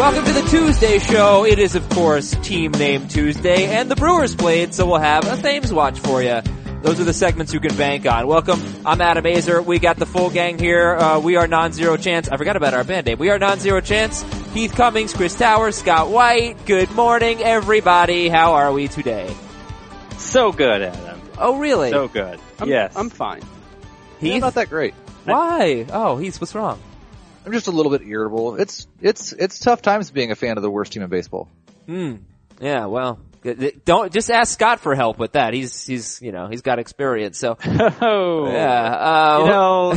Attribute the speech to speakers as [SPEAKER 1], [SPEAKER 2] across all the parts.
[SPEAKER 1] Welcome to the Tuesday show. It is, of course, Team Name Tuesday, and the Brewers played, so we'll have a Thames watch for you. Those are the segments you can bank on. Welcome. I'm Adam Azer. We got the full gang here. Uh, we are non-zero chance. I forgot about our band name. We are non-zero chance. Heath Cummings, Chris Towers, Scott White. Good morning, everybody. How are we today?
[SPEAKER 2] So good, Adam.
[SPEAKER 1] Oh, really?
[SPEAKER 2] So good.
[SPEAKER 3] I'm,
[SPEAKER 2] yes.
[SPEAKER 3] I'm fine. Yeah,
[SPEAKER 1] Heath?
[SPEAKER 3] not that great.
[SPEAKER 1] Why? Oh, Heath, what's wrong?
[SPEAKER 3] I'm just a little bit irritable. It's it's it's tough times being a fan of the worst team in baseball.
[SPEAKER 1] Hmm. Yeah. Well, don't just ask Scott for help with that. He's he's you know he's got experience. So
[SPEAKER 2] oh.
[SPEAKER 1] yeah. Uh,
[SPEAKER 2] You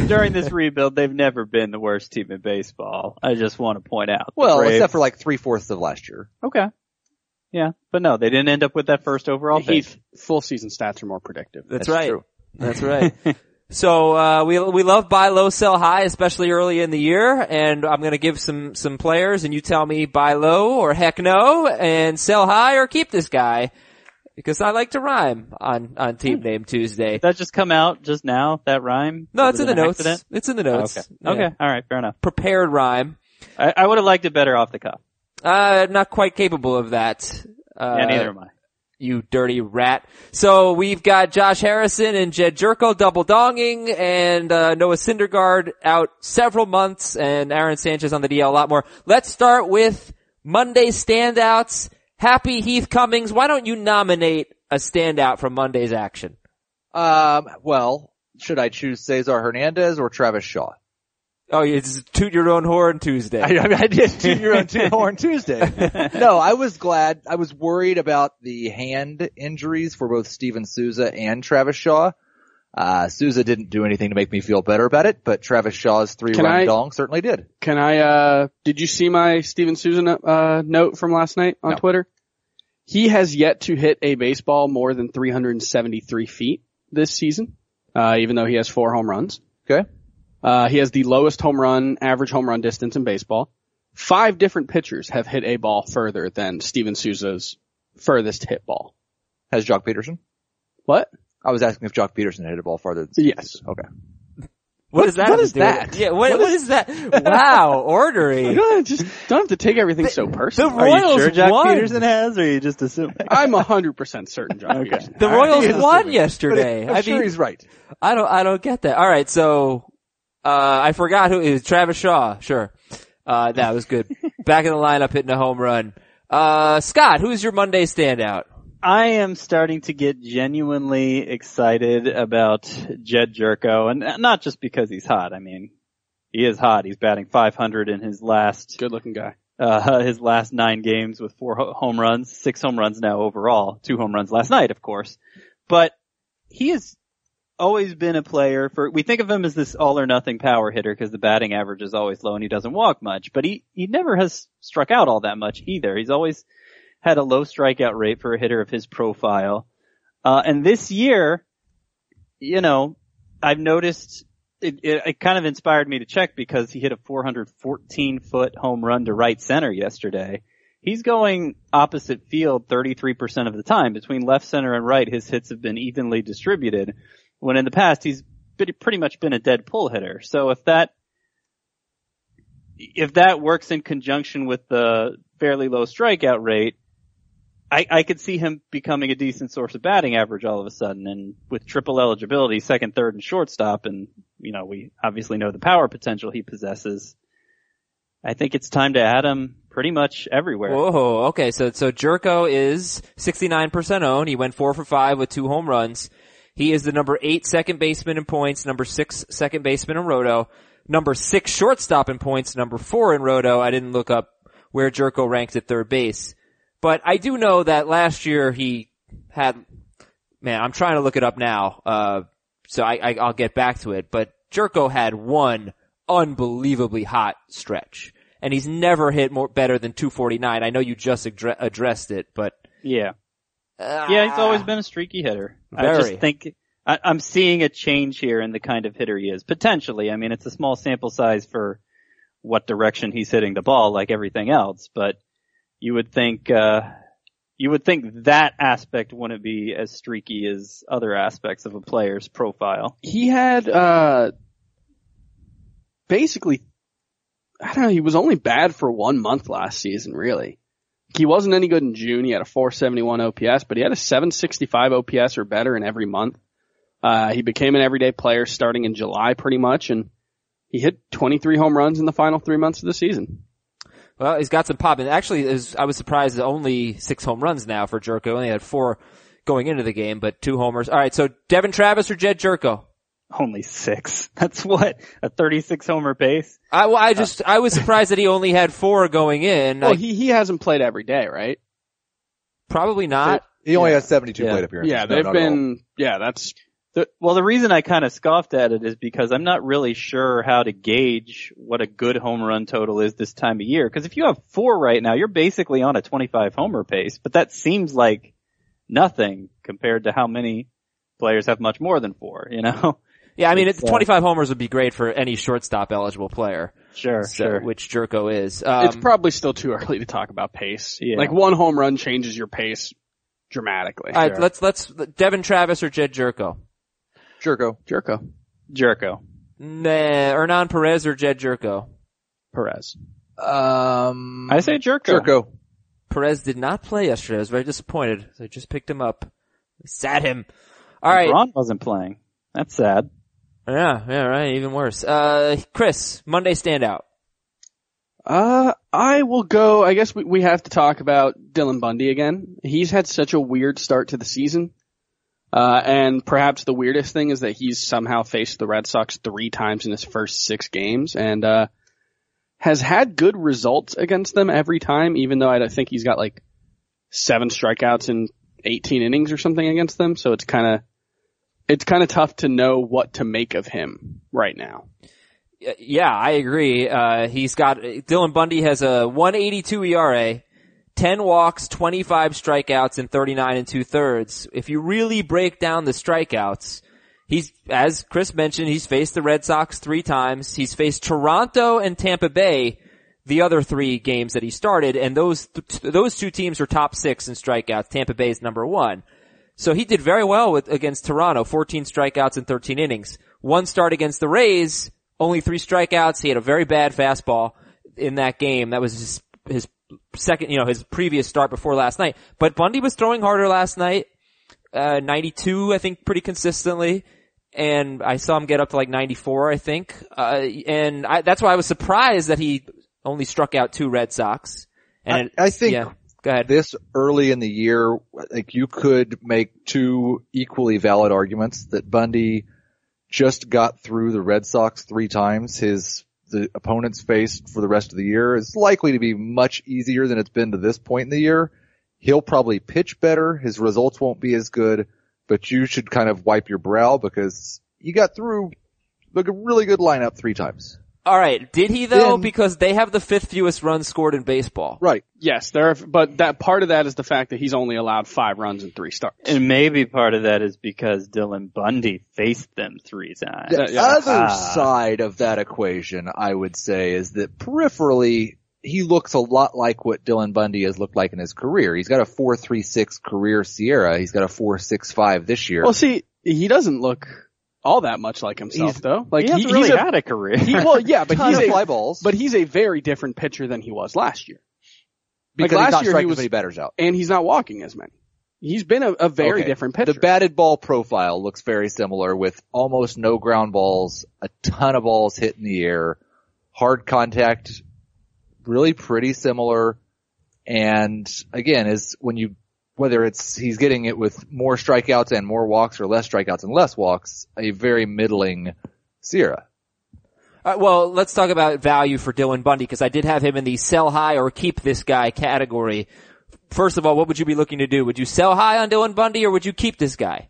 [SPEAKER 2] know, during this rebuild, they've never been the worst team in baseball. I just want to point out. The
[SPEAKER 3] Well,
[SPEAKER 2] Braves-
[SPEAKER 3] except for like three fourths of last year.
[SPEAKER 2] okay, yeah, but no, they didn't end up with that first overall pick.
[SPEAKER 4] Heath, full season stats are more predictive.
[SPEAKER 1] That's,
[SPEAKER 3] That's
[SPEAKER 1] right.
[SPEAKER 3] true.
[SPEAKER 1] That's right. so uh, we we love buy low, sell high, especially early in the year. And I'm going to give some some players, and you tell me buy low or heck no, and sell high or keep this guy because I like to rhyme on on Team Name Tuesday.
[SPEAKER 2] Did Hmm. that just come out just now? That rhyme?
[SPEAKER 1] No,
[SPEAKER 2] Was
[SPEAKER 1] it's in
[SPEAKER 2] it
[SPEAKER 1] the
[SPEAKER 2] an
[SPEAKER 1] notes.
[SPEAKER 2] accident?
[SPEAKER 1] It's in the
[SPEAKER 2] Oh,
[SPEAKER 1] notes.
[SPEAKER 2] okay.
[SPEAKER 1] Yeah.
[SPEAKER 2] Okay. All right. Fair enough.
[SPEAKER 1] Prepared rhyme.
[SPEAKER 2] I, I would have liked it better off the cuff.
[SPEAKER 1] Uh, not quite capable of that. Uh,
[SPEAKER 2] yeah, neither am I.
[SPEAKER 1] you dirty rat. So we've got Josh Harrison and Jed Jerko double donging and uh, Noah Syndergaard out several months and Aaron Sanchez on the DL a lot more. Let's start with Monday standouts. Happy Heath Cummings. Why don't you nominate a standout from Monday's action?
[SPEAKER 3] Um, well, should I choose Cesar Hernandez or Travis Shaw?
[SPEAKER 1] Oh, it's toot your own horn Tuesday.
[SPEAKER 3] I, I, mean, I did two year on two horn Tuesday. No, I was glad. I was worried about the hand injuries for both Steven Souza and Travis Shaw. Uh, Souza didn't do anything to make me feel better about it, but Travis Shaw's three
[SPEAKER 4] Can I-
[SPEAKER 3] run dong certainly did.
[SPEAKER 4] Can I, uh, did you see my Steven Susan, uh, note from last night on
[SPEAKER 3] No.
[SPEAKER 4] Twitter? He has yet to hit a baseball more than 373 feet this season, uh, even though he has four home runs.
[SPEAKER 3] Okay.
[SPEAKER 4] Uh, he has the lowest home run, average home run distance in baseball. Five different pitchers have hit a ball further than Steven Souza's furthest hit ball.
[SPEAKER 3] Has Jock Peterson?
[SPEAKER 4] What?
[SPEAKER 3] I was asking if Jock Peterson hit a ball farther. Than
[SPEAKER 4] Yes.
[SPEAKER 3] Okay.
[SPEAKER 1] what is that?
[SPEAKER 4] what
[SPEAKER 1] have to
[SPEAKER 4] is
[SPEAKER 1] do with
[SPEAKER 4] that?
[SPEAKER 1] it? Yeah. What, what is, that? Wow,
[SPEAKER 4] You
[SPEAKER 1] ornery.
[SPEAKER 4] know, just don't have to take everything so
[SPEAKER 1] The
[SPEAKER 4] personally.
[SPEAKER 2] Are you
[SPEAKER 1] Royals
[SPEAKER 2] sure Jack
[SPEAKER 1] won.
[SPEAKER 2] Peterson has, or are you just assuming?
[SPEAKER 4] I'm 100% certain, John Peterson.
[SPEAKER 1] The
[SPEAKER 4] I-
[SPEAKER 1] Royals
[SPEAKER 4] he is
[SPEAKER 1] won
[SPEAKER 4] assuming.
[SPEAKER 1] yesterday.
[SPEAKER 3] I'm
[SPEAKER 1] I
[SPEAKER 3] sure
[SPEAKER 1] mean,
[SPEAKER 3] he's right.
[SPEAKER 1] I don't I don't get that. All right, so uh I forgot who it was Travis Shaw, sure. Uh that was good. Back in the lineup hitting a home run. Uh Scott, who's your Monday standout?
[SPEAKER 2] I am starting to get genuinely excited about Jed Jerko, and not just because he's hot. I mean, he is hot. He's batting 500 in his last
[SPEAKER 4] Good looking guy.
[SPEAKER 2] uh, his last nine games with four ho- home runs, six home runs now overall, two home runs last night, of course. But he has always been a player for, we think of him as this all or nothing power hitter because the batting average is always low and he doesn't walk much, but he, he never has struck out all that much either. He's always had a low strikeout rate for a hitter of his profile. Uh, and this year, you know, I've noticed it, it, it kind of inspired me to check because he hit a 414 foot home run to right center yesterday. He's going opposite field 33% of the time. Between left center and right, his hits have been evenly distributed. When in the past, he's pretty- pretty much been a dead pull hitter. So if that, if that works in conjunction with the fairly low strikeout rate, I, I could see him becoming a decent source of batting average all of a sudden and with triple eligibility, second, third, and shortstop, and you know, we obviously know the power potential he possesses. I think it's time to add him pretty much everywhere.
[SPEAKER 1] Whoa, okay, so so Jerko is sixty nine percent owned. He went four for five with two home runs. He is the number eight second baseman in points, number six second baseman in roto, number six shortstop in points, number four in roto. I didn't look up where Jerko ranked at third base. But I do know that last year he had, man, I'm trying to look it up now, uh, so I, I, I'll get back to it, but Jerko had one unbelievably hot stretch. And he's never hit more better than 249. I know you just addre- addressed it, but
[SPEAKER 2] Yeah.
[SPEAKER 1] uh,
[SPEAKER 2] Yeah, he's always been a streaky hitter. I
[SPEAKER 1] Very.
[SPEAKER 2] just think I, I'm seeing a change here in the kind of hitter he is. Potentially, I mean, it's a small sample size for what direction he's hitting the ball, like everything else. But you would think uh, you would think that aspect wouldn't be as streaky as other aspects of a player's profile.
[SPEAKER 4] He had, uh, basically, I don't know, he was only bad for one month last season, really. He wasn't any good in June. He had a 471 OPS, but he had a 765 OPS or better in every month. Uh, he became an everyday player starting in July pretty much and he hit 23 home runs in the final three months of the season.
[SPEAKER 1] Well, he's got some pop, and actually, it was, I was surprised that only six home runs now for Jerko. Only had four going into the game, but two homers. All right, so Devin Travis or Jed Jerko?
[SPEAKER 2] Only six. That's what a 36 homer base.
[SPEAKER 1] I, well, I just I was surprised that he only had four going in.
[SPEAKER 4] Well,
[SPEAKER 1] Like,
[SPEAKER 4] he, he hasn't played every day, right?
[SPEAKER 1] probably not.
[SPEAKER 3] He only has 72
[SPEAKER 2] Yeah.
[SPEAKER 3] plate appearances.
[SPEAKER 4] Yeah,
[SPEAKER 3] No,
[SPEAKER 4] they've
[SPEAKER 3] not at all.
[SPEAKER 4] been, yeah, that's,
[SPEAKER 2] The, well, the reason I kind of scoffed at it is because I'm not really sure how to gauge what a good home run total is this time of year. Because if you have four right now, you're basically on a 25 homer pace, but that seems like nothing compared to how many players have much more than four, you know?
[SPEAKER 1] Yeah, I mean, it's,
[SPEAKER 2] It's, uh,
[SPEAKER 1] 25 homers would be great for any shortstop eligible player,
[SPEAKER 2] Sure,
[SPEAKER 1] so-
[SPEAKER 2] sure.
[SPEAKER 1] which Jerko is. Um,
[SPEAKER 4] it's probably still too early to talk about pace.
[SPEAKER 2] Yeah.
[SPEAKER 4] Like one home run changes your pace dramatically.
[SPEAKER 1] all right, let's let's Devin Travis or Jed Jerko,
[SPEAKER 3] Jerko.
[SPEAKER 4] Jerko.
[SPEAKER 2] Jerko.
[SPEAKER 1] nah, Hernan Perez or Jed Jerko.
[SPEAKER 4] Perez.
[SPEAKER 3] Um,
[SPEAKER 2] I say Jerko.
[SPEAKER 3] Jerko.
[SPEAKER 1] Perez did not play yesterday. I was very disappointed. So I just picked him up, sat him. All right,
[SPEAKER 2] Braun wasn't playing. That's sad.
[SPEAKER 1] Yeah, yeah, right. Even worse. Uh, Chris, Monday standout.
[SPEAKER 4] Uh, I will go. I guess we, we have to talk about Dylan Bundy again. He's had such a weird start to the season. Uh, and perhaps the weirdest thing is that he's somehow faced the Red Sox three times in his first six games and, uh, has had good results against them every time, even though I don't think he's got like seven strikeouts in 18 innings or something against them. So it's kind of, it's kind of tough to know what to make of him right now.
[SPEAKER 1] Y- Uh, Yeah, I agree. Uh, he's got, Dylan Bundy has a E 182 ERA, 10 walks, 25 strikeouts, and 39 and two thirds. If you really break down the strikeouts, he's, as Chris mentioned, he's faced the Red Sox three times. He's faced Toronto and Tampa Bay the other three games that he started, and those, th- those two teams were top six in strikeouts. Tampa Bay's number one. So he did very well with, against Toronto, 14 strikeouts in 13 innings. One start against the Rays, only three strikeouts. He had a very bad fastball in that game. That was his, his second, you know, his previous start before last night. But Bundy was throwing harder last night, uh, 92, I think, pretty consistently. And I saw him get up to like 94, I think. Uh, and I, that's why I was surprised that he only struck out two Red Sox. And
[SPEAKER 3] I- I think
[SPEAKER 1] yeah, go ahead.
[SPEAKER 3] This early in the year, like you could make two equally valid arguments that Bundy just got through the Red Sox three times. His, the opponents faced for the rest of the year is likely to be much easier than it's been to this point in the year. He'll probably pitch better. His results won't be as good, but you should kind of wipe your brow because you got through like a really good lineup three times.
[SPEAKER 1] All right, did he though?
[SPEAKER 3] Then-
[SPEAKER 1] because they have the fifth fewest runs scored in baseball.
[SPEAKER 3] Right.
[SPEAKER 4] Yes, there. Are, but that part of that is the fact that he's only allowed five runs in three starts.
[SPEAKER 2] And maybe part of that is because Dylan Bundy faced them three times.
[SPEAKER 4] Yeah,
[SPEAKER 3] The
[SPEAKER 4] yeah.
[SPEAKER 3] other
[SPEAKER 2] Ah.
[SPEAKER 3] side of that equation, I would say, is that peripherally, he looks a lot like what Dylan Bundy has looked like in his career. He's got a 4.36 career Sierra. He's got a 4.65 this year.
[SPEAKER 4] well, see, he doesn't look all that much like himself,
[SPEAKER 3] He's-
[SPEAKER 4] though. Like
[SPEAKER 2] he
[SPEAKER 4] he,
[SPEAKER 2] hasn't
[SPEAKER 4] he's
[SPEAKER 2] really
[SPEAKER 4] a,
[SPEAKER 2] had a career.
[SPEAKER 4] he- well, yeah, but
[SPEAKER 3] Ton
[SPEAKER 4] he's
[SPEAKER 3] of fly
[SPEAKER 4] a
[SPEAKER 3] balls.
[SPEAKER 4] but he's a very different pitcher than he was last year, like
[SPEAKER 3] because he's
[SPEAKER 4] last
[SPEAKER 3] not
[SPEAKER 4] year he
[SPEAKER 3] striking
[SPEAKER 4] was-
[SPEAKER 3] as many batters out.
[SPEAKER 4] and he's not walking as many. He's been a, a very
[SPEAKER 3] Okay.
[SPEAKER 4] different pitcher.
[SPEAKER 3] The batted ball profile looks very similar with almost no ground balls, a ton of balls hit in the air, hard contact, really pretty similar. And again, is when you, whether it's he's getting it with more strikeouts and more walks or less strikeouts and less walks, a very middling Sierra.
[SPEAKER 1] Uh, well, let's talk about value for Dylan Bundy because I did have him in the sell high or keep this guy category. First of all, what would you be looking to do? Would you sell high on Dylan Bundy or would you keep this guy?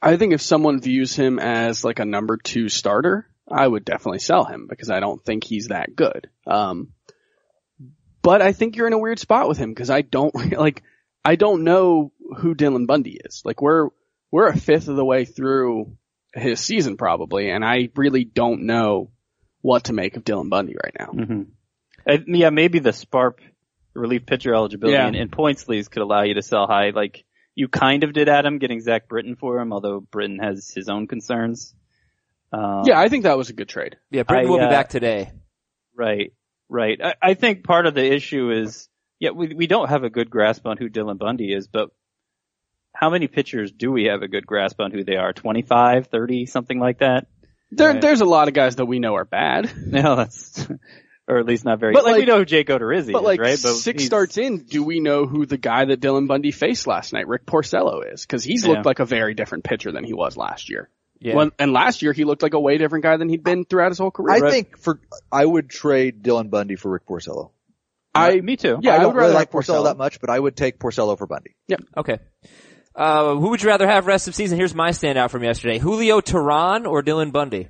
[SPEAKER 4] I think if someone views him as like a number two starter, I would definitely sell him because I don't think he's that good. Um, but I think you're in a weird spot with him because I don't like, I don't know who Dylan Bundy is. Like we're, we're a fifth of the way through his season probably and I really don't know what to make of Dylan Bundy right now.
[SPEAKER 2] hmm Uh, yeah, maybe the SPARP relief pitcher eligibility
[SPEAKER 4] Yeah.
[SPEAKER 2] and, and points leagues could allow you to sell high. Like you kind of did Adam getting Zach Britton for him, although Britton has his own concerns. Um,
[SPEAKER 4] Yeah, I think that was a good trade.
[SPEAKER 1] Yeah, Britton
[SPEAKER 2] I,
[SPEAKER 1] will be
[SPEAKER 2] uh,
[SPEAKER 1] back today.
[SPEAKER 2] Right, right. I, I think part of the issue is, yeah, we we don't have a good grasp on who Dylan Bundy is, but how many pitchers do we have a good grasp on who they are? 25, 30, something like that?
[SPEAKER 4] There,
[SPEAKER 2] Right.
[SPEAKER 4] there's a lot of guys that we know are bad.
[SPEAKER 2] No, that's, or at least not very,
[SPEAKER 4] But
[SPEAKER 2] like, we
[SPEAKER 4] like-
[SPEAKER 2] know who Jake Odorizzi
[SPEAKER 4] But
[SPEAKER 2] is,
[SPEAKER 4] like
[SPEAKER 2] right?
[SPEAKER 4] six
[SPEAKER 2] he's-
[SPEAKER 4] starts in, do we know who the guy that Dylan Bundy faced last night, Rick Porcello, is? Because he's looked
[SPEAKER 2] Yeah.
[SPEAKER 4] like a very different pitcher than he was last year.
[SPEAKER 1] Yeah.
[SPEAKER 4] When- and last year he looked like a way different guy than he'd been throughout his whole career.
[SPEAKER 3] I
[SPEAKER 4] Right.
[SPEAKER 3] think for I would trade Dylan Bundy for Rick Porcello.
[SPEAKER 2] I, me too.
[SPEAKER 4] yeah, I,
[SPEAKER 3] I
[SPEAKER 4] would
[SPEAKER 3] don't
[SPEAKER 4] rather
[SPEAKER 3] really like
[SPEAKER 4] have
[SPEAKER 3] Porcello, that much, but I would take Porcello for Bundy.
[SPEAKER 1] Okay. Uh, who would you rather have rest of season? Here's my standout from yesterday: Julio Tehran or Dylan Bundy.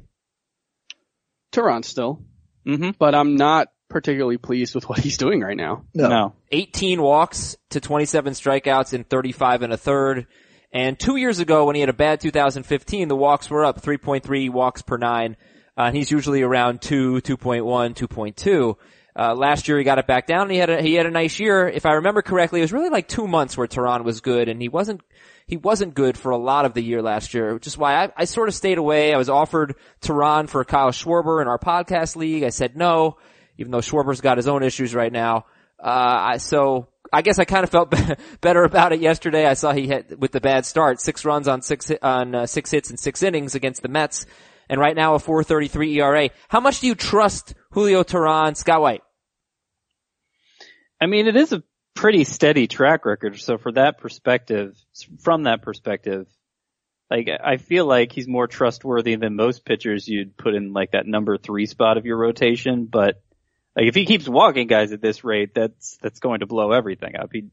[SPEAKER 4] Tehran still,
[SPEAKER 2] Mm-hmm.
[SPEAKER 4] but I'm not particularly pleased with what he's doing right now.
[SPEAKER 3] No.
[SPEAKER 2] No.
[SPEAKER 1] 18 walks to 27 strikeouts in 35 and a third. And two years ago, when he had a bad 2015, the walks were up 3.3 walks per nine. Uh, and he's usually around two, 2.1, 2.2. Uh, last year he got it back down and he had a, he had a nice year. If I remember correctly, it was really like two months where Tehran was good and he wasn't, he wasn't good for a lot of the year last year, which is why I, I sort of stayed away. I was offered Tehran for Kyle Schwarber in our podcast league. I said no, even though Schwarber's got his own issues right now. Uh, I, so I guess I kind of felt be- better about it yesterday. I saw he hit with the bad start, six runs on six hit, on uh, six hits in six innings against the Mets, and right now a 4.33 ERA. How much do you trust Julio Tehran, Scott White?
[SPEAKER 2] I mean, it is a pretty steady track record. So for that perspective, from that perspective, like I feel like he's more trustworthy than most pitchers you'd put in like that number three spot of your rotation. But like if he keeps walking guys at this rate, that's that's going to blow everything up. He,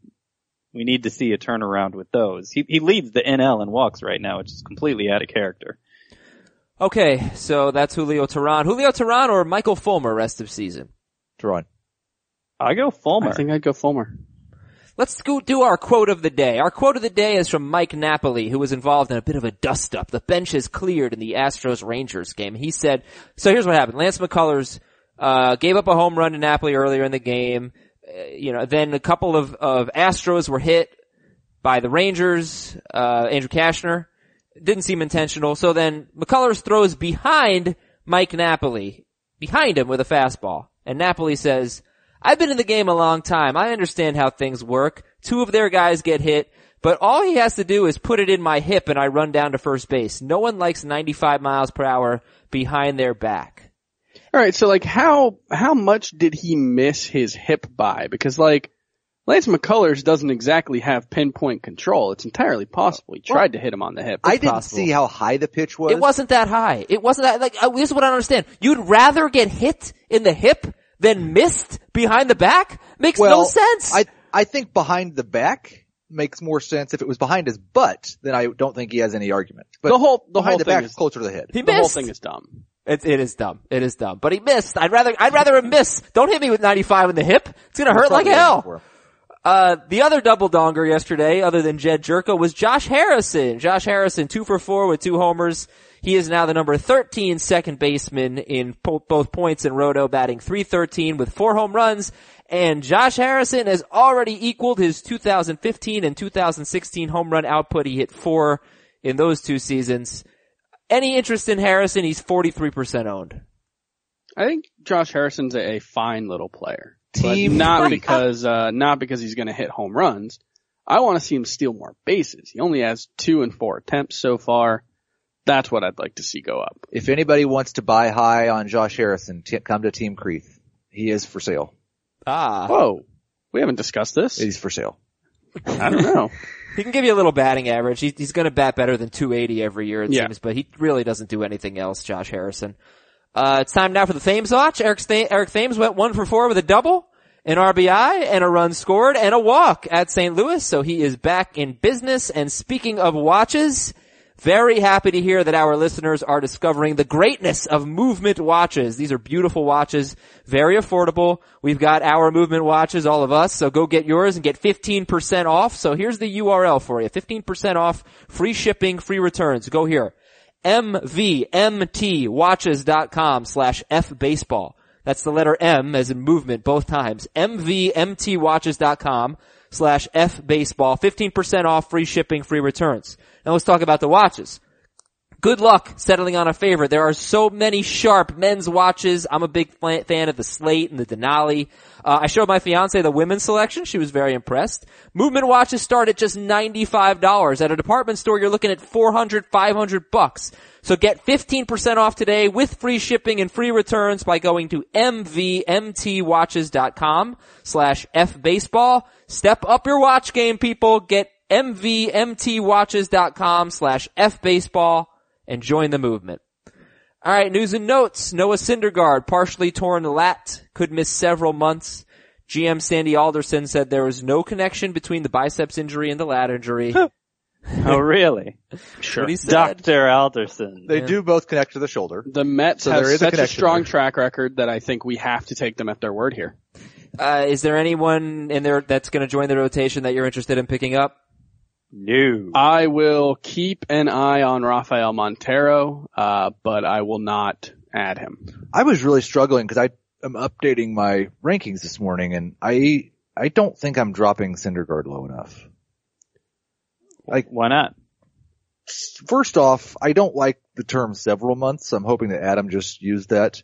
[SPEAKER 2] we need to see a turnaround with those. He he leads the NL in walks right now, which is completely out of character.
[SPEAKER 1] Okay, so that's Julio Tehran. Julio Tehran or Michael Fulmer rest of season.
[SPEAKER 3] Tehran.
[SPEAKER 2] I go Fulmer.
[SPEAKER 4] I think I'd go Fulmer.
[SPEAKER 1] Let's go do our quote of the day. Our quote of the day is from Mike Napoli, who was involved in a bit of a dust up. The bench is cleared in the Astros Rangers game. He said, so here's what happened. Lance McCullers, uh, gave up a home run to Napoli earlier in the game. Uh, you know, then a couple of, of Astros were hit by the Rangers, uh, Andrew Kashner. Didn't seem intentional. So then McCullers throws behind Mike Napoli, behind him with a fastball. And Napoli says, I've been in the game a long time. I understand how things work. Two of their guys get hit, but all he has to do is put it in my hip and I run down to first base. No one likes 95 miles per hour behind their back.
[SPEAKER 4] All right, so like how how much did he miss his hip by? Because like Lance McCullers doesn't exactly have pinpoint control. It's entirely possible he tried to hit him on the hip.
[SPEAKER 3] I didn't
[SPEAKER 1] possible.
[SPEAKER 3] see how high the pitch was.
[SPEAKER 1] It wasn't that high. It wasn't that, like, uh, this is what I don't understand. You'd rather get hit in the hip than missed behind the back? Makes
[SPEAKER 3] well,
[SPEAKER 1] no sense.
[SPEAKER 3] I I think behind the back makes more sense if it was behind his butt. Then I don't think he has any argument. But
[SPEAKER 4] the whole the
[SPEAKER 3] behind
[SPEAKER 4] whole
[SPEAKER 3] the
[SPEAKER 4] thing
[SPEAKER 3] back
[SPEAKER 4] is
[SPEAKER 3] closer to the head.
[SPEAKER 1] he
[SPEAKER 4] the
[SPEAKER 1] missed.
[SPEAKER 4] whole thing is dumb.
[SPEAKER 1] It's, it is dumb. It is dumb. But he missed. I'd rather, I'd rather him miss. Don't hit me with 95 in the hip. It's gonna hurt like
[SPEAKER 3] Probably
[SPEAKER 1] hell.
[SPEAKER 3] for him.
[SPEAKER 1] Uh, the other double donger yesterday, other than Jed Jerko, was Josh Harrison. Josh Harrison, two for four with two homers. He is now the number 13 second baseman in po- both points and roto, batting 313 with four home runs. And Josh Harrison has already equaled his 2015 and 2016 home run output. He hit four in those two seasons. Any interest in Harrison? He's 43% owned.
[SPEAKER 4] I think Josh Harrison's a, a fine little player. but
[SPEAKER 3] Team
[SPEAKER 4] not
[SPEAKER 3] free.
[SPEAKER 4] because uh, not because he's going to hit home runs. I want to see him steal more bases. He only has two and four attempts so far. That's what I'd like to see go up.
[SPEAKER 3] If anybody wants to buy high on Josh Harrison, t- come to Team Creeth. He is for sale.
[SPEAKER 1] Ah.
[SPEAKER 4] Whoa, we haven't discussed this.
[SPEAKER 3] He's for sale.
[SPEAKER 4] I don't know.
[SPEAKER 1] He can give you a little batting average. He, he's going to bat better than 280 every year, it
[SPEAKER 4] Yeah.
[SPEAKER 1] seems, but he really doesn't do anything else, Josh Harrison. Uh, it's time now for the Thames Watch. Eric, Sta- Eric Thames went one for four with a double, an RBI, and a run scored, and a walk at St. Louis, so he is back in business. And speaking of watches, very happy to hear that our listeners are discovering the greatness of movement watches. These are beautiful watches, very affordable. We've got our movement watches, all of us, so go get yours and get 15% off. So here's the URL for you. 15% off, free shipping, free returns. Go here. MVMTWatches.com slash FBaseball. That's the letter M as in movement both times. MVMTWatches.com slash FBaseball. 15% off, free shipping, free returns. Now let's talk about the watches. Good luck settling on a favorite. There are so many sharp men's watches. I'm a big fla- fan of the Slate and the Denali. Uh, I showed my fiance the women's selection. She was very impressed. Movement watches start at just $95. At a department store, you're looking at 400, 500 bucks. So get 15% off today with free shipping and free returns by going to mvmtwatches.com slash fbaseball. Step up your watch game, people. Get mvmtwatches.com slash fbaseball and join the movement. All right, news and notes. Noah Syndergaard, partially torn lat, could miss several months. GM Sandy Alderson said there was no connection between the biceps injury and the lat injury.
[SPEAKER 2] Oh, really?
[SPEAKER 1] Sure. What he said.
[SPEAKER 2] Dr. Alderson.
[SPEAKER 3] They do both connect to the shoulder.
[SPEAKER 4] The Mets
[SPEAKER 3] So
[SPEAKER 4] have
[SPEAKER 3] there is a
[SPEAKER 4] such a,
[SPEAKER 3] connection
[SPEAKER 4] strong
[SPEAKER 3] there.
[SPEAKER 4] track record that I think we have to take them at their word here.
[SPEAKER 1] Uh, is there anyone in there that's going to join the rotation that you're interested in picking up?
[SPEAKER 2] New.
[SPEAKER 4] I will keep an eye on Rafael Montero, uh, but I will not add him.
[SPEAKER 3] I was really struggling because I am updating my rankings this morning, and I I don't think I'm dropping Syndergaard low enough.
[SPEAKER 2] Why not?
[SPEAKER 3] First off, I don't like the term several months. I'm hoping that Adam just used that.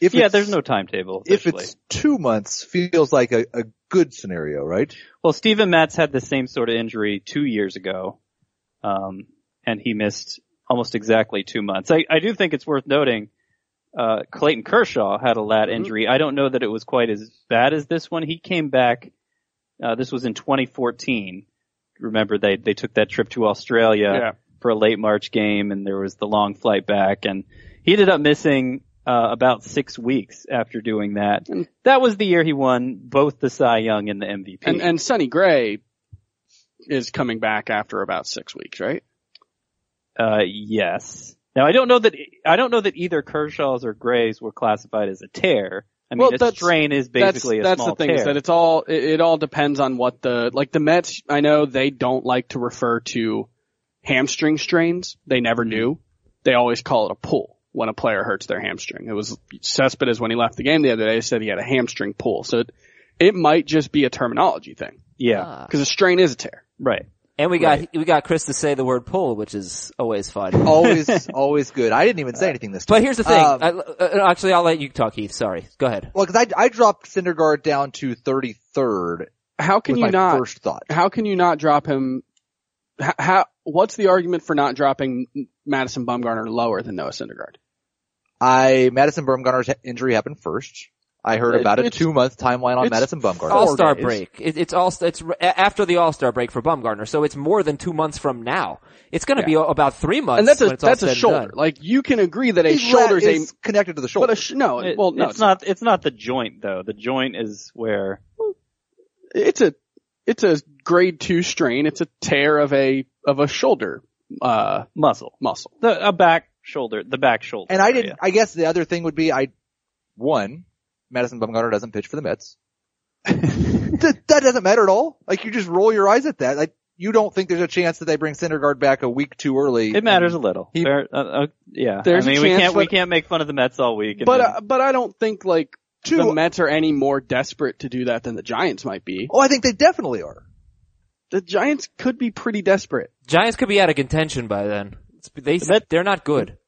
[SPEAKER 3] If
[SPEAKER 2] Yeah,
[SPEAKER 3] it's-
[SPEAKER 2] there's no timetable.
[SPEAKER 3] if
[SPEAKER 2] officially.
[SPEAKER 3] it's two months, feels like a, a good scenario, right?
[SPEAKER 2] Well, Steven Matz had the same sort of injury two years ago, um, and he missed almost exactly two months. I, I do think it's worth noting uh, Clayton Kershaw had a lat
[SPEAKER 3] Mm-hmm.
[SPEAKER 2] injury. I don't know that it was quite as bad as this one. He came back. Uh, this was in 2014. Remember, they they took that trip to Australia
[SPEAKER 4] Yeah.
[SPEAKER 2] for a late March game, and there was the long flight back, and he ended up missing uh, about six weeks after doing that.
[SPEAKER 4] And-
[SPEAKER 2] that was the year he won both the Cy Young and the MVP.
[SPEAKER 4] And, and Sonny Gray is coming back after about six weeks, right?
[SPEAKER 2] Uh, yes. Now I don't know that I don't know that either Kershaw's or Gray's were classified as a tear. I mean,
[SPEAKER 4] Well,
[SPEAKER 2] a
[SPEAKER 4] that's-
[SPEAKER 2] strain is basically
[SPEAKER 4] that's,
[SPEAKER 2] a
[SPEAKER 4] that's
[SPEAKER 2] small
[SPEAKER 4] the thing is
[SPEAKER 2] tear.
[SPEAKER 4] that it's all it, it all depends on what the like the Mets. I know they don't like to refer to hamstring strains. They
[SPEAKER 2] Mm-hmm.
[SPEAKER 4] never do. They always call it a pull when a player hurts their hamstring. It was Cespedes when he left the game the other day said he had a hamstring pull. So it, it might just be a terminology thing
[SPEAKER 2] yeah,
[SPEAKER 1] Ah.
[SPEAKER 4] because a strain is a tear.
[SPEAKER 2] right.
[SPEAKER 1] And we got we got Chris to say the word pull, which is always fun.
[SPEAKER 3] Always, always good. I didn't even say anything this time.
[SPEAKER 1] But here's the thing.
[SPEAKER 3] Oh, Um,
[SPEAKER 1] I- uh, actually, I'll let you talk, Heath. Sorry. Go ahead.
[SPEAKER 3] well, because I, I dropped Syndergaard down to 33rd
[SPEAKER 4] How can
[SPEAKER 3] was
[SPEAKER 4] you
[SPEAKER 3] my
[SPEAKER 4] not?
[SPEAKER 3] first thought.
[SPEAKER 4] How can you not drop him? How, how what's the argument for not dropping Madison Bumgarner lower than Noah Syndergaard?
[SPEAKER 3] I Madison Bumgarner's he- injury happened first. I heard
[SPEAKER 4] It-
[SPEAKER 3] about a
[SPEAKER 4] it's-
[SPEAKER 3] two month timeline on
[SPEAKER 4] it's
[SPEAKER 3] Madison Bumgarner.
[SPEAKER 1] All Star
[SPEAKER 4] days.
[SPEAKER 1] break. It, it's all. It's r- a- after the All Star break for Bumgarner, so it's more than two months from now. It's going to
[SPEAKER 4] Yeah.
[SPEAKER 1] be a- about three months.
[SPEAKER 4] And that's
[SPEAKER 1] when
[SPEAKER 4] a
[SPEAKER 1] it's all
[SPEAKER 4] that's
[SPEAKER 1] said
[SPEAKER 4] a
[SPEAKER 1] and
[SPEAKER 4] shoulder.
[SPEAKER 1] done.
[SPEAKER 4] Like you can agree that a
[SPEAKER 3] His lat
[SPEAKER 4] shoulder's a
[SPEAKER 3] is connected to the
[SPEAKER 4] But
[SPEAKER 3] shoulder.
[SPEAKER 4] a sh- no,
[SPEAKER 2] It-
[SPEAKER 4] well, no,
[SPEAKER 2] it's not. It's not the joint though. The joint is where
[SPEAKER 4] It's a, it's a grade two strain. It's a tear of a of a shoulder uh
[SPEAKER 2] muscle,
[SPEAKER 4] muscle.
[SPEAKER 2] the a back shoulder, the back shoulder.
[SPEAKER 3] and I
[SPEAKER 2] area.
[SPEAKER 3] didn't. I guess the other thing would be I one Madison Bumgarner doesn't pitch for the Mets. that, that doesn't matter at all. Like you just roll your eyes at that. Like you don't think there's a chance that they bring Syndergaard back a week too early.
[SPEAKER 2] It matters a little.
[SPEAKER 3] He-
[SPEAKER 2] Fair- uh, uh, yeah.
[SPEAKER 4] There's
[SPEAKER 2] I mean,
[SPEAKER 4] a
[SPEAKER 2] we
[SPEAKER 4] chance,
[SPEAKER 2] can't we
[SPEAKER 4] but-
[SPEAKER 2] can't make fun of the Mets all week. and
[SPEAKER 4] But
[SPEAKER 2] then-
[SPEAKER 4] uh, but I don't think like
[SPEAKER 3] Two-
[SPEAKER 4] the Mets are any more desperate to do that than the Giants might be.
[SPEAKER 3] Oh, I think they definitely are.
[SPEAKER 4] The Giants could be pretty desperate.
[SPEAKER 1] Giants could be out of contention by then. It's, they
[SPEAKER 2] That-
[SPEAKER 1] they're not good,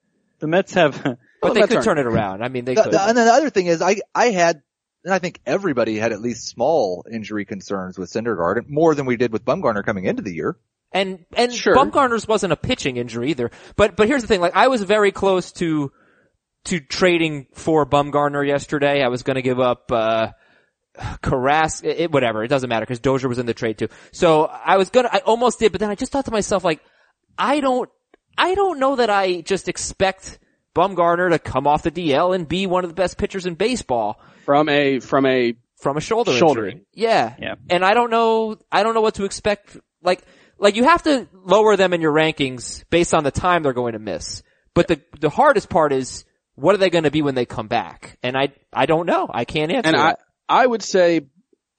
[SPEAKER 2] the Mets have
[SPEAKER 1] but
[SPEAKER 4] Well,
[SPEAKER 1] they
[SPEAKER 4] that's
[SPEAKER 1] could
[SPEAKER 4] our-
[SPEAKER 1] turn it around. I mean, they
[SPEAKER 3] The-
[SPEAKER 1] could.
[SPEAKER 3] the- and then the other thing is, I I had, and I think everybody had at least small injury concerns with Syndergaard, more than we did with Bumgarner coming into the year.
[SPEAKER 1] And and
[SPEAKER 4] Sure.
[SPEAKER 1] Bumgarner's wasn't a pitching injury either. But but here's the thing: like I was very close to to trading for Bumgarner yesterday. I was going to give up uh Carras, it, it- whatever. It doesn't matter because Dozier was in the trade too. So I was gonna, I almost did, but then I just thought to myself, like, I don't, I don't know that I just expect Bumgarner to come off the DL and be one of the best pitchers in baseball
[SPEAKER 4] From a from a
[SPEAKER 1] from a shoulder
[SPEAKER 4] Shoulder.
[SPEAKER 1] injury. Yeah.
[SPEAKER 2] Yeah.
[SPEAKER 1] And I don't know, I don't know what to expect. Like, like you have to lower them in your rankings based on the time they're going to miss. But the, the hardest part is, what are they going to be when they come back? And I, I don't know. I can't answer.
[SPEAKER 4] and I
[SPEAKER 1] that.
[SPEAKER 4] I would say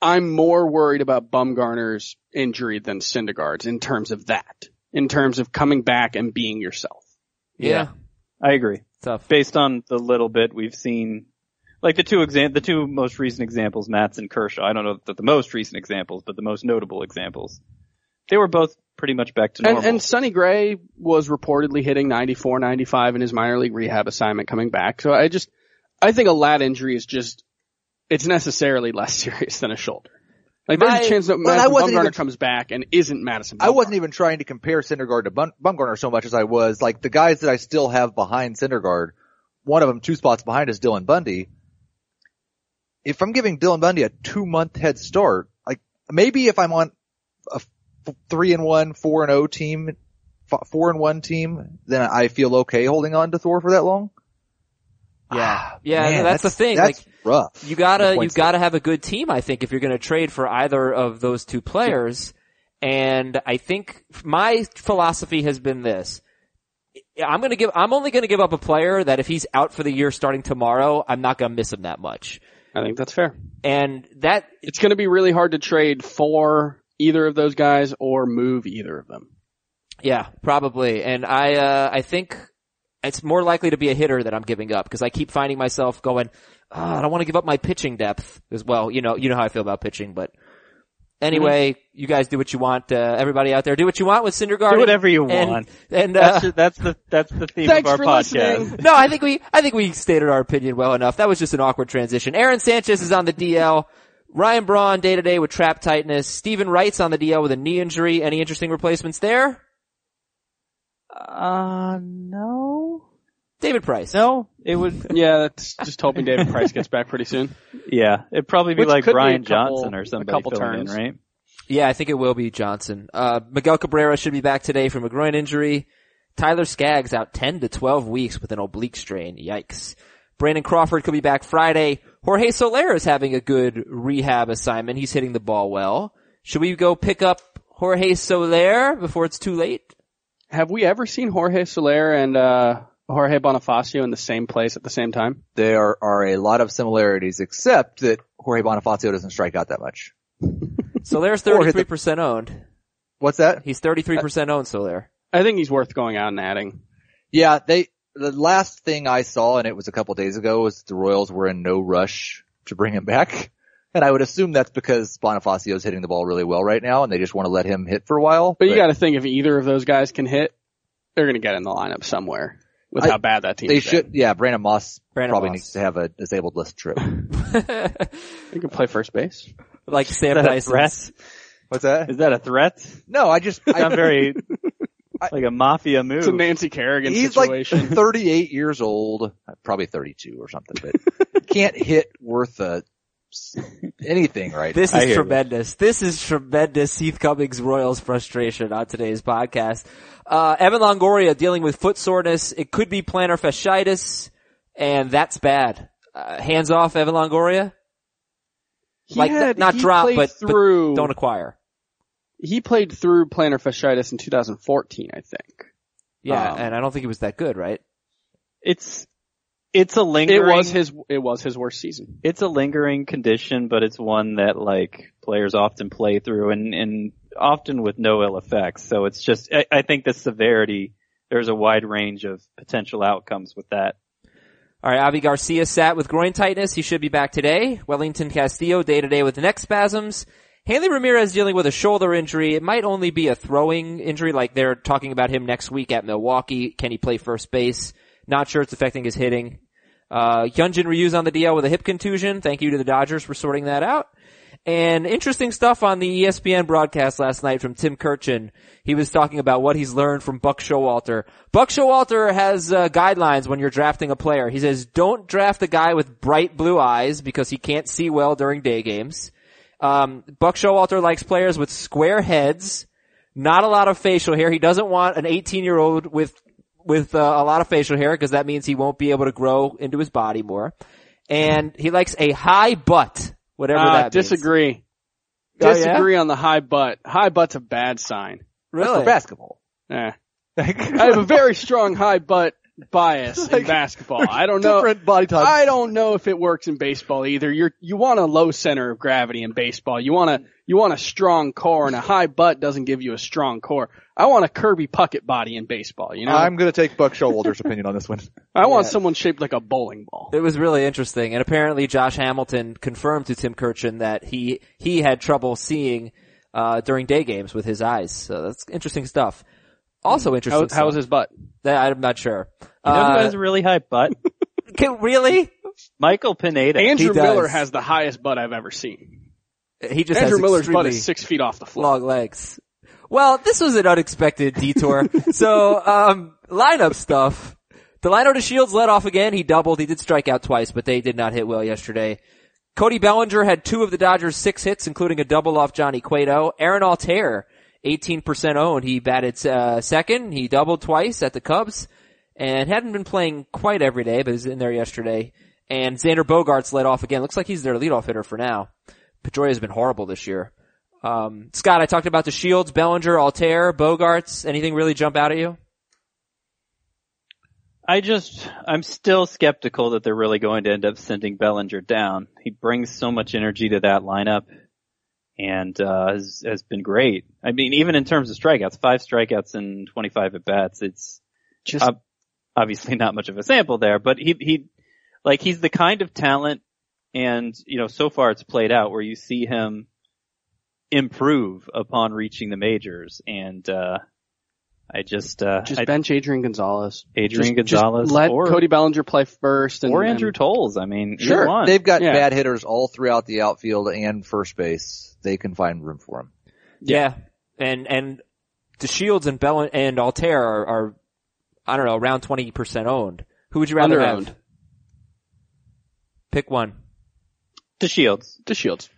[SPEAKER 4] I'm more worried about Bumgarner's injury than Syndergaard's in terms of that. In terms of coming back and being yourself.
[SPEAKER 1] yeah.
[SPEAKER 2] yeah. I agree.
[SPEAKER 1] Tough.
[SPEAKER 2] based on the little bit we've seen, like the two exam, the two most recent examples, Mats and Kershaw. I don't know that the most recent examples, but the most notable examples they were both pretty much back to normal.
[SPEAKER 4] And, and Sonny Gray was reportedly hitting 94, 95 in his minor league rehab assignment coming back. So I just, I think a lat injury is just, it's necessarily less serious than a shoulder. Like there's
[SPEAKER 3] My-
[SPEAKER 4] a chance that
[SPEAKER 3] well, I
[SPEAKER 4] Madison
[SPEAKER 3] wasn't
[SPEAKER 4] Bumgarner
[SPEAKER 3] even-
[SPEAKER 4] comes back and isn't Madison. Bumgarner.
[SPEAKER 3] I wasn't even trying to compare Syndergaard to Bum- Bumgarner so much as I was like the guys that I still have behind Syndergaard. One of them, two spots behind, is Dylan Bundy. If I'm giving Dylan Bundy a two month head start, like maybe if I'm on a f- three and one, four and O team, f- four and one team, then I feel okay holding on to Thor for that long.
[SPEAKER 1] Yeah.
[SPEAKER 3] Ah,
[SPEAKER 1] Yeah,
[SPEAKER 3] man,
[SPEAKER 1] no, that's the thing,
[SPEAKER 3] That's rough.
[SPEAKER 1] You gotta, you
[SPEAKER 3] Points there.
[SPEAKER 1] gotta have a good team, I think, if you're gonna trade for either of those two players. And I think my philosophy has been this. I'm gonna give, I'm only gonna give up a player that if he's out for the year starting tomorrow, I'm not gonna miss him that much.
[SPEAKER 4] I think that's fair.
[SPEAKER 1] And that,
[SPEAKER 4] It's going to be really hard to trade for either of those guys or move either of them.
[SPEAKER 1] yeah, probably. And I, uh, I think it's more likely to be a hitter that I'm giving up because I keep finding myself going, oh, I don't want to give up my pitching depth as well. You know, you know how I feel about pitching, but anyway, you guys do what you want. Uh, everybody out there, do what you want with Syndergaard.
[SPEAKER 2] Mm-hmm. Do whatever you
[SPEAKER 1] and,
[SPEAKER 2] want.
[SPEAKER 1] And, uh,
[SPEAKER 2] That's, ju- that's the that's the theme
[SPEAKER 4] Thanks
[SPEAKER 2] of our
[SPEAKER 4] for
[SPEAKER 2] podcast.
[SPEAKER 4] listening.
[SPEAKER 1] no, I think we, I think we stated our opinion well enough. That was just an awkward transition. Aaron Sanchez is on the DL. Ryan Braun day to day with trap tightness. Steven Wright's on the DL with a knee injury. Any interesting replacements there?
[SPEAKER 2] Uh, no,
[SPEAKER 1] David Price.
[SPEAKER 2] no, it would.
[SPEAKER 4] Yeah, that's just hoping David Price gets back pretty soon.
[SPEAKER 2] Yeah, it'd probably be
[SPEAKER 4] Which
[SPEAKER 2] like
[SPEAKER 4] could be a
[SPEAKER 2] Brian
[SPEAKER 4] couple-
[SPEAKER 2] Johnson or
[SPEAKER 4] a
[SPEAKER 2] somebody
[SPEAKER 4] couple
[SPEAKER 2] filling in,
[SPEAKER 4] turns.
[SPEAKER 2] right?
[SPEAKER 1] Yeah, I think it will be Johnson. Uh, Miguel Cabrera should be back today from a groin injury. Tyler Skaggs out 10 to 12 weeks with an oblique strain. Yikes. Brandon Crawford could be back Friday. Jorge Soler is having a good rehab assignment. He's hitting the ball well. Should we go pick up Jorge Soler before it's too late?
[SPEAKER 4] Have we ever seen Jorge Soler and uh, Jorge Bonifacio in the same place at the same time?
[SPEAKER 3] There are a lot of similarities, except that Jorge Bonifacio doesn't strike out that much.
[SPEAKER 1] Soler's
[SPEAKER 3] Or hit the-
[SPEAKER 1] 33% owned.
[SPEAKER 3] What's that?
[SPEAKER 1] He's 33% owned, Soler.
[SPEAKER 4] I think he's worth going out and adding.
[SPEAKER 3] Yeah, they. The last thing I saw, and it was a couple days ago, was the Royals were in no rush to bring him back, and I would assume that's because Bonifacio is hitting the ball really well right now, and they just want to let him hit for a while.
[SPEAKER 4] But you got to think if either of those guys can hit, they're going to get in the lineup somewhere. With
[SPEAKER 3] I-
[SPEAKER 4] how bad that team
[SPEAKER 3] they
[SPEAKER 4] is,
[SPEAKER 3] should. Yeah, Brandon Moss
[SPEAKER 1] Brandon
[SPEAKER 3] probably
[SPEAKER 1] Moss.
[SPEAKER 3] needs to have a disabled list trip.
[SPEAKER 4] They can play first base.
[SPEAKER 1] like Sam
[SPEAKER 2] Is that a
[SPEAKER 1] Price.
[SPEAKER 2] threat?
[SPEAKER 3] What's that?
[SPEAKER 2] Is that a threat?
[SPEAKER 3] No, I just.
[SPEAKER 2] Not
[SPEAKER 3] I,
[SPEAKER 2] very like a mafia move.
[SPEAKER 4] It's a Nancy Kerrigan
[SPEAKER 3] he's
[SPEAKER 4] situation.
[SPEAKER 3] like 38 years old, uh, probably 32 or something, but can't hit worth a s- anything right
[SPEAKER 1] This
[SPEAKER 2] I
[SPEAKER 1] is
[SPEAKER 2] hear you.
[SPEAKER 1] tremendous. This is tremendous Heath Cummings Royals frustration on today's podcast. Uh, Evan Longoria dealing with foot soreness. It could be plantar fasciitis and that's bad. Uh, hands off Evan Longoria.
[SPEAKER 4] He
[SPEAKER 1] like,
[SPEAKER 4] had-
[SPEAKER 1] not
[SPEAKER 4] he
[SPEAKER 1] drop,
[SPEAKER 4] played
[SPEAKER 1] but- but
[SPEAKER 4] through.
[SPEAKER 1] Don't acquire.
[SPEAKER 4] he played through plantar fasciitis in 2014, I think.
[SPEAKER 1] Yeah.
[SPEAKER 4] Um,
[SPEAKER 1] and I don't think he was that good, right?
[SPEAKER 2] It's it's a
[SPEAKER 4] It
[SPEAKER 2] lingering.
[SPEAKER 4] was his. It was his worst season.
[SPEAKER 2] it's a lingering condition, but it's one that like players often play through and, and often with no ill effects. So it's just, I, I think the severity, there's a wide range of potential outcomes with that.
[SPEAKER 1] All right, Avi Garcia sat with groin tightness. He should be back today. Wellington Castillo day to day with neck spasms. Hanley Ramirez dealing with a shoulder injury. It might only be a throwing injury, like they're talking about him next week at Milwaukee. Can he play first base? Not sure it's affecting his hitting. Uh, Hyunjin Ryu's on the DL with a hip contusion. Thank you to the Dodgers for sorting that out. And interesting stuff on the E ESPN broadcast last night from Tim Kirchin. He was talking about what he's learned from Buck Showalter. Buck Showalter has uh, guidelines when you're drafting a player. He says, don't draft a guy with bright blue eyes because he can't see well during day games. Um, Buck Showalter likes players with square heads, not a lot of facial hair. He doesn't want an 18 year old with with uh, a lot of facial hair because that means he won't be able to grow into his body more. And he likes a high butt, whatever
[SPEAKER 4] Uh,
[SPEAKER 1] that means.
[SPEAKER 4] disagree.
[SPEAKER 1] Oh, yeah?
[SPEAKER 4] disagree on the high butt. High butt's a bad sign.
[SPEAKER 3] That's for
[SPEAKER 1] Really?
[SPEAKER 3] basketball.
[SPEAKER 4] Eh. I have a very strong high butt bias in
[SPEAKER 3] Like,
[SPEAKER 4] basketball. I don't know.
[SPEAKER 3] Different body type.
[SPEAKER 4] I don't know if it works in baseball either. You're you want a low center of gravity in baseball. You want a you want a strong core, and a high butt doesn't give you a strong core. I want a Kirby Puckett body in baseball. You know,
[SPEAKER 3] I'm gonna take Buck Showalter's opinion on this one.
[SPEAKER 4] I want someone shaped like a bowling ball.
[SPEAKER 1] It was really interesting, and apparently Josh Hamilton confirmed to Tim Kirchin that he he had trouble seeing uh, during day games with his eyes. So that's interesting stuff. Also interesting.
[SPEAKER 4] How, how's
[SPEAKER 1] stuff.
[SPEAKER 4] his butt?
[SPEAKER 1] That- I'm not sure.
[SPEAKER 2] You know who
[SPEAKER 1] Uh,
[SPEAKER 2] has a really high butt?
[SPEAKER 1] can- really?
[SPEAKER 2] Michael Pineda.
[SPEAKER 4] Andrew
[SPEAKER 1] does.
[SPEAKER 4] Miller has the highest butt I've ever seen.
[SPEAKER 1] He just
[SPEAKER 4] Andrew
[SPEAKER 1] has
[SPEAKER 4] Miller's butt
[SPEAKER 1] extremely-
[SPEAKER 4] is six feet off the floor.
[SPEAKER 1] long legs. Well, this was an unexpected detour. so, um, lineup stuff. Delano to Shields led off again. He doubled. He did strike out twice, but they did not hit well yesterday. Cody Bellinger had two of the Dodgers' six hits, including a double off Johnny Cueto. Aaron Altair, 18% owned. He batted uh, second. He doubled twice at the Cubs and hadn't been playing quite every day, but was in there yesterday. And Xander Bogarts led off again. Looks like he's their leadoff hitter for now. Pedroia has been horrible this year. Um, Scott, I talked about the Shields, Bellinger, Altair, Bogarts. Anything really jump out at you?
[SPEAKER 2] I just, I'm still skeptical that they're really going to end up sending Bellinger down. He brings so much energy to that lineup and, uh, has, has been great. I mean, even in terms of strikeouts, five strikeouts and 25 at bats, it's
[SPEAKER 4] Just
[SPEAKER 2] Uh, obviously not much of a sample there, but he, he, like he's the kind of talent and, you know, so far it's played out where you see him improve upon reaching the majors and, uh, I just, uh,
[SPEAKER 4] just
[SPEAKER 2] I-
[SPEAKER 4] bench Adrian Gonzalez.
[SPEAKER 2] Adrian
[SPEAKER 4] Just- just
[SPEAKER 2] Gonzalez
[SPEAKER 4] let
[SPEAKER 2] or-
[SPEAKER 4] Cody Bellinger play first, and,
[SPEAKER 2] or Andrew
[SPEAKER 4] and-
[SPEAKER 2] Tolles. I mean, either
[SPEAKER 4] Sure,
[SPEAKER 2] one.
[SPEAKER 3] They've got
[SPEAKER 4] Yeah.
[SPEAKER 3] bad hitters all throughout the outfield and first base. They can find room for him.
[SPEAKER 1] Yeah. And, and the Shields and Bell and Altair are, are, I don't know, around 20% owned. Who would you rather
[SPEAKER 4] Underowned.
[SPEAKER 1] have? Pick one.
[SPEAKER 2] the Shields.
[SPEAKER 4] to Shields.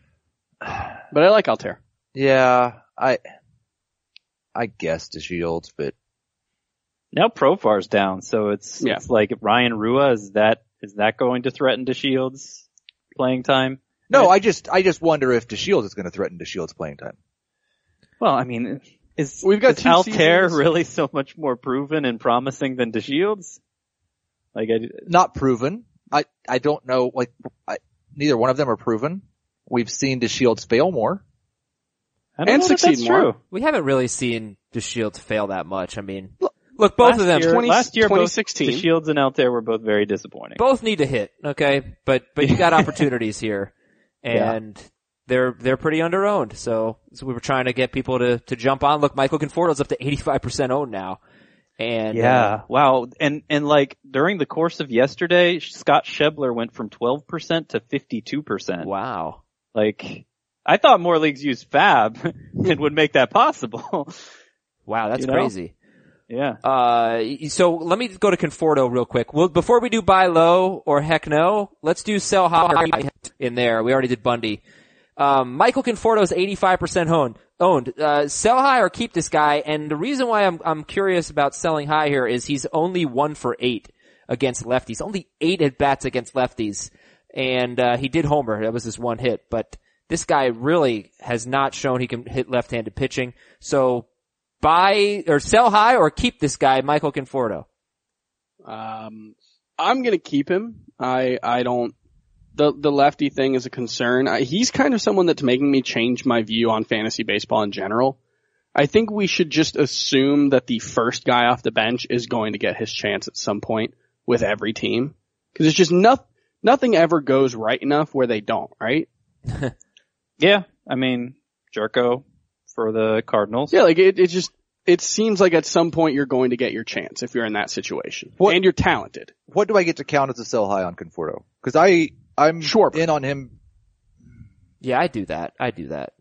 [SPEAKER 4] But I like Altair.
[SPEAKER 3] Yeah, I, I guess the Shields, but
[SPEAKER 2] Now Profar's down, so it's
[SPEAKER 4] Yeah.
[SPEAKER 2] it's like Ryan Rua is that is that going to threaten the Shields playing time?
[SPEAKER 3] no, I just, I just wonder if the Shields is going to threaten the Shields playing time.
[SPEAKER 2] Well, I mean, is
[SPEAKER 4] We've got
[SPEAKER 2] is
[SPEAKER 4] two
[SPEAKER 2] Altair
[SPEAKER 4] seasons.
[SPEAKER 2] really so much more proven and promising than the Shields? Like I,
[SPEAKER 3] Not proven. I, I don't know. Like, I, neither one of them are proven. We've seen the Shields fail more.
[SPEAKER 2] I don't
[SPEAKER 4] And
[SPEAKER 2] know that
[SPEAKER 4] succeed
[SPEAKER 2] that's
[SPEAKER 4] more.
[SPEAKER 2] true.
[SPEAKER 1] We haven't really seen the Shields fail that much. I mean, look, both
[SPEAKER 2] Last
[SPEAKER 1] of them,
[SPEAKER 2] year,
[SPEAKER 4] 20
[SPEAKER 2] last year, both
[SPEAKER 4] 2016.
[SPEAKER 2] the Shields and Altair were both very disappointing.
[SPEAKER 1] both need to hit. Okay. But, but you got opportunities here and they're, they're pretty under owned. So, so we were trying to get people to, to jump on. Look, Michael Conforto's up to 85% owned now. And uh,
[SPEAKER 2] Yeah. Wow. And and like during the course of yesterday, Scott Shebler went from 12% to 52%.
[SPEAKER 1] wow.
[SPEAKER 2] Like I thought more leagues used fab and would make that possible.
[SPEAKER 1] Wow. That's
[SPEAKER 2] You know?
[SPEAKER 1] crazy.
[SPEAKER 2] yeah.
[SPEAKER 1] Uh, y- so let me go to Conforto real quick. Well, before we do buy low or heck no, let's do sell high in there. We already did Bundy. Um, Michael Conforto is 85% owned. Owned. Uh, sell high or keep this guy. And the reason why I'm I'm curious about selling high here is he's only one for eight against lefties. Only eight at bats against lefties, and uh, he did homer. That was his one hit. But this guy really has not shown he can hit left-handed pitching. So buy or sell high or keep this guy, Michael Conforto.
[SPEAKER 4] Um, I'm gonna keep him. I I don't. The the lefty thing is a concern. I, he's kind of someone that's making me change my view on fantasy baseball in general. I think we should just assume that the first guy off the bench is going to get his chance at some point with every team because it's just nothing. Nothing ever goes right enough where they don't. Right?
[SPEAKER 2] Yeah. I mean, Jerko for the Cardinals.
[SPEAKER 4] Yeah. Like it. It just. It seems like at some point you're going to get your chance if you're in that situation
[SPEAKER 3] What-
[SPEAKER 4] and you're talented.
[SPEAKER 3] What do I get to count as a sell high on Conforto? Cause I, I'm
[SPEAKER 4] Schwarber.
[SPEAKER 3] in on him.
[SPEAKER 1] Yeah, I do that. I do that.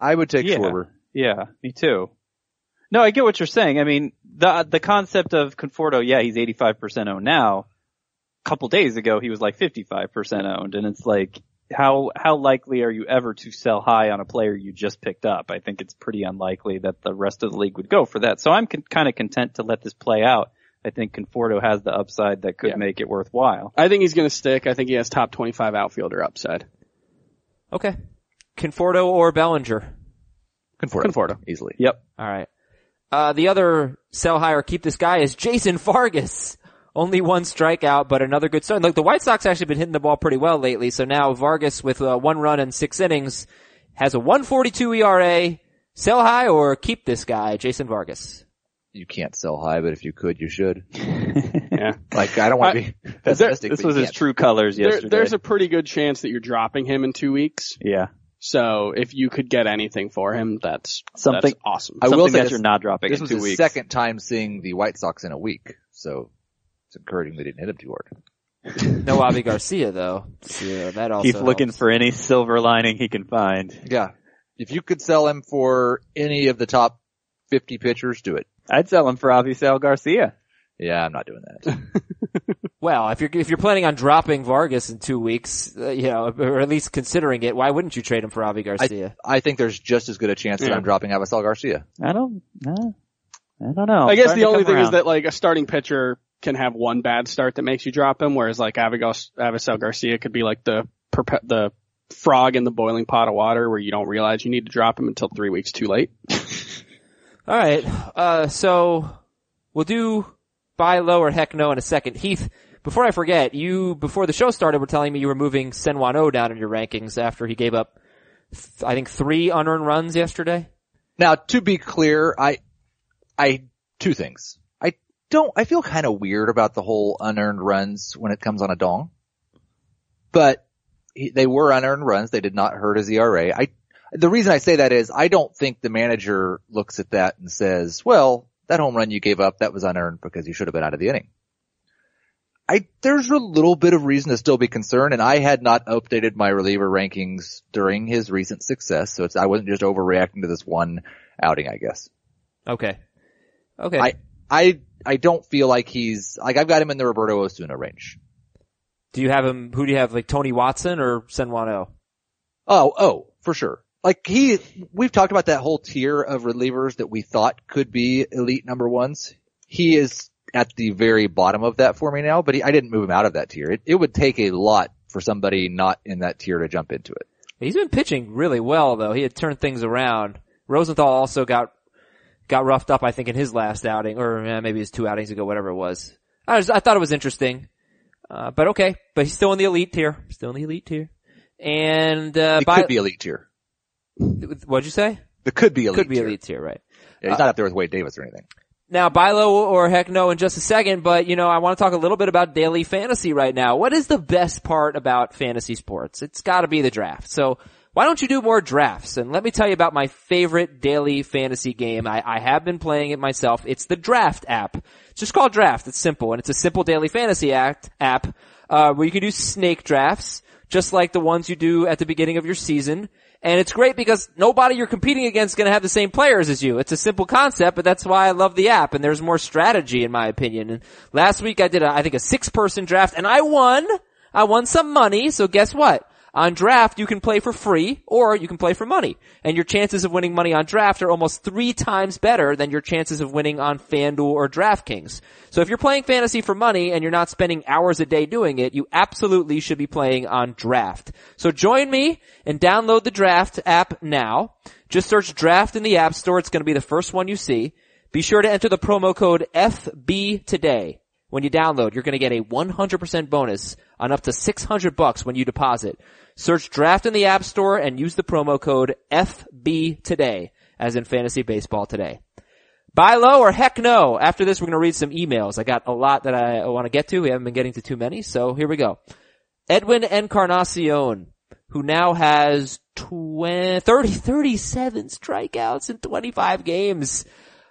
[SPEAKER 3] I would take
[SPEAKER 2] Yeah.
[SPEAKER 3] Schwarber.
[SPEAKER 2] Yeah, me too. No, I get what you're saying. I mean, the the concept of Conforto, yeah, he's 85% owned now. A couple days ago, he was like 55% owned, and it's like, how how likely are you ever to sell high on a player you just picked up? I think it's pretty unlikely that the rest of the league would go for that. So I'm con- kind of content to let this play out. I think Conforto has the upside that could
[SPEAKER 4] Yeah.
[SPEAKER 2] make it worthwhile.
[SPEAKER 4] I think he's going to stick. I think he has top 25 outfielder upside.
[SPEAKER 1] Okay. Conforto or Bellinger.
[SPEAKER 3] Conforto.
[SPEAKER 4] Conforto.
[SPEAKER 3] Easily.
[SPEAKER 2] Yep.
[SPEAKER 1] All right. Uh, the other sell high or keep this guy is Jason Vargas. Only one strikeout, but another good start. Look, the White Sox actually been hitting the ball pretty well lately. So now Vargas with uh, one run and six innings has a 142 ERA. Sell high or keep this guy, Jason Vargas.
[SPEAKER 3] You can't sell high, but if you could, you should.
[SPEAKER 4] Yeah.
[SPEAKER 3] Like, I don't want to be pessimistic.
[SPEAKER 2] this
[SPEAKER 3] but
[SPEAKER 2] was
[SPEAKER 3] you
[SPEAKER 2] his
[SPEAKER 3] can't.
[SPEAKER 2] true colors
[SPEAKER 4] There,
[SPEAKER 2] yesterday.
[SPEAKER 4] there's a pretty good chance that you're dropping him in two weeks.
[SPEAKER 2] yeah.
[SPEAKER 4] So if you could get anything for him, that's
[SPEAKER 2] Something-
[SPEAKER 4] that's awesome.
[SPEAKER 3] I will
[SPEAKER 2] Something
[SPEAKER 3] say
[SPEAKER 2] that
[SPEAKER 3] this-
[SPEAKER 2] you're not dropping
[SPEAKER 3] This
[SPEAKER 2] in
[SPEAKER 3] was
[SPEAKER 2] two
[SPEAKER 3] his
[SPEAKER 2] weeks.
[SPEAKER 3] second time seeing the White Sox in a week, so it's encouraging they didn't hit him too hard.
[SPEAKER 1] No Avi Garcia though. So that also
[SPEAKER 2] Keep looking
[SPEAKER 1] helps.
[SPEAKER 2] for any silver lining he can find.
[SPEAKER 3] Yeah. If you could sell him for any of the top 50 pitchers, do it.
[SPEAKER 2] I'd sell him for Avisal Garcia.
[SPEAKER 3] Yeah, I'm not doing that.
[SPEAKER 1] Well, if you're if you're planning on dropping Vargas in two weeks, uh, you know, or at least considering it, why wouldn't you trade him for Avi Garcia?
[SPEAKER 3] I think there's just as good a chance that
[SPEAKER 4] Yeah.
[SPEAKER 3] I'm dropping Avisal Garcia.
[SPEAKER 2] I don't. Uh, I don't know.
[SPEAKER 4] I guess
[SPEAKER 2] Starting
[SPEAKER 4] the
[SPEAKER 2] to
[SPEAKER 4] only
[SPEAKER 2] come
[SPEAKER 4] thing is
[SPEAKER 2] around.
[SPEAKER 4] that like a starting pitcher can have one bad start that makes you drop him, whereas like Avigos, Avisel Garcia could be like the perpe- the frog in the boiling pot of water where you don't realize you need to drop him until three weeks too late.
[SPEAKER 1] All right, uh, so we'll do buy low or heck no in a second. Heath, before I forget, you before the show started were telling me you were moving Senwan O down in your rankings after he gave up, th- I think three unearned runs yesterday.
[SPEAKER 3] Now, to be clear, I, I, two things. I don't, I feel kind of weird about the whole unearned runs when it comes on a dong, but he, they were unearned runs. They did not hurt his ERA. I, the reason I say that is I don't think the manager looks at that and says, well, that home run you gave up, that was unearned because you should have been out of the inning. I, there's a little bit of reason to still be concerned and I had not updated my reliever rankings during his recent success. So it's, I wasn't just overreacting to this one outing, I guess.
[SPEAKER 1] Okay, okay,
[SPEAKER 3] I- I, I don't feel like he's, like I've got him in the Roberto Osuna range.
[SPEAKER 1] do you have him? Who do you have? Like Tony Watson or Senwan O?
[SPEAKER 3] Oh, oh, for sure. Like he, we've talked about that whole tier of relievers that we thought could be elite number ones. He is at the very bottom of that for me now, but he, I didn't move him out of that tier. It, it would take a lot for somebody not in that tier to jump into it.
[SPEAKER 1] He's been pitching really well though. He had turned things around. Rosenthal also got got roughed up, I think, in his last outing, or eh, maybe his two outings ago, whatever it was. I was, I thought it was interesting, uh, but okay. But he's still in the elite tier. Still in the elite tier. And uh,
[SPEAKER 3] It
[SPEAKER 1] by,
[SPEAKER 3] could be elite tier.
[SPEAKER 1] what'd you say?
[SPEAKER 3] It could be elite
[SPEAKER 1] could be
[SPEAKER 3] tier.
[SPEAKER 1] elite Uh, tier, right?
[SPEAKER 3] Yeah, he's not up there with Wade Davis or anything.
[SPEAKER 1] Now, buy low or heck no in just a second, but you know, I want to talk a little bit about daily fantasy right now. What is the best part about fantasy sports? It's gotta be the draft. So, why don't you do more drafts? And let me tell you about my favorite daily fantasy game. I, I have been playing it myself. It's the draft app. It's just called draft. It's simple. And it's a simple daily fantasy act app, uh, where you can do snake drafts, just like the ones you do at the beginning of your season. And it's great because nobody you're competing against is going to have the same players as you. It's a simple concept, but that's why I love the app. And there's more strategy in my opinion. And last week I did, a, I think a six person draft and I won. I won some money. So guess what? On draft, you can play for free or you can play for money. And your chances of winning money on draft are almost three times better than your chances of winning on FanDuel or DraftKings. So if you're playing fantasy for money and you're not spending hours a day doing it, you absolutely should be playing on draft. So join me and download the draft app now. Just search draft in the app store. It's going to be the first one you see. Be sure to enter the promo code FB today. When you download, you're going to get a 100% bonus on up to 600 bucks when you deposit. Search draft in the app store and use the promo code FB today, as in fantasy baseball today. Buy low or heck no. After this, we're going to read some emails. I got a lot that I want to get to. We haven't been getting to too many, so here we go. Edwin Encarnacion, who now has 20, 30, 37 strikeouts in 25 games.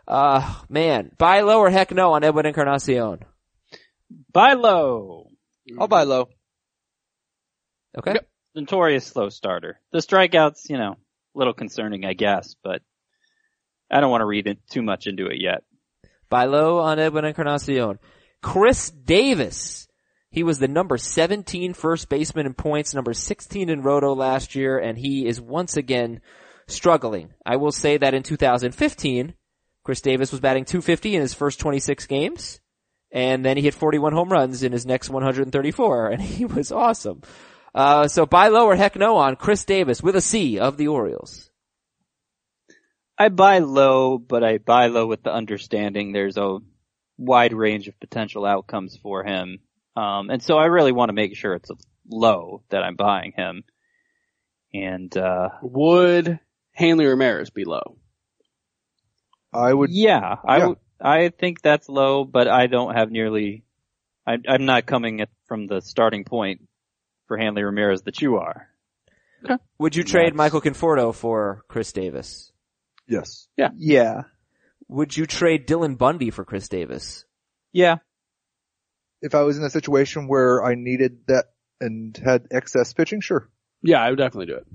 [SPEAKER 1] Uh, man, buy low or heck no on Edwin Encarnacion.
[SPEAKER 2] buy low.
[SPEAKER 3] I'll buy low.
[SPEAKER 1] Okay.
[SPEAKER 2] Yep. Notorious slow starter. The strikeouts, you know, a little concerning, I guess, but I don't want to read it too much into it yet.
[SPEAKER 1] Buy low on Edwin Encarnacion. Chris Davis. He was the number 17 first baseman in points, number 16 in roto last year, and he is once again struggling. I will say that in 2015, Chris Davis was batting 250 in his first 26 games, and then he hit 41 home runs in his next 134, and he was awesome. Uh, so buy low or heck no on Chris Davis with a C of the Orioles.
[SPEAKER 2] I buy low, but I buy low with the understanding there's a wide range of potential outcomes for him. Um, and so I really want to make sure it's a low that I'm buying him. And, uh,
[SPEAKER 4] Would Hanley Ramirez be low?
[SPEAKER 3] I would
[SPEAKER 2] yeah, I
[SPEAKER 3] Yeah.
[SPEAKER 2] w I think that's low, but I don't have nearly, I, I'm not coming at, from the starting point for Hanley Ramirez that you are.
[SPEAKER 4] Okay.
[SPEAKER 1] Would you trade
[SPEAKER 2] Nice.
[SPEAKER 1] Michael Conforto for Chris Davis?
[SPEAKER 3] Yes.
[SPEAKER 2] Yeah.
[SPEAKER 1] Would you trade Dylan Bundy for Chris Davis?
[SPEAKER 2] Yeah.
[SPEAKER 3] If I was in a situation where I needed that and had excess pitching, sure.
[SPEAKER 4] Yeah, I would definitely do it.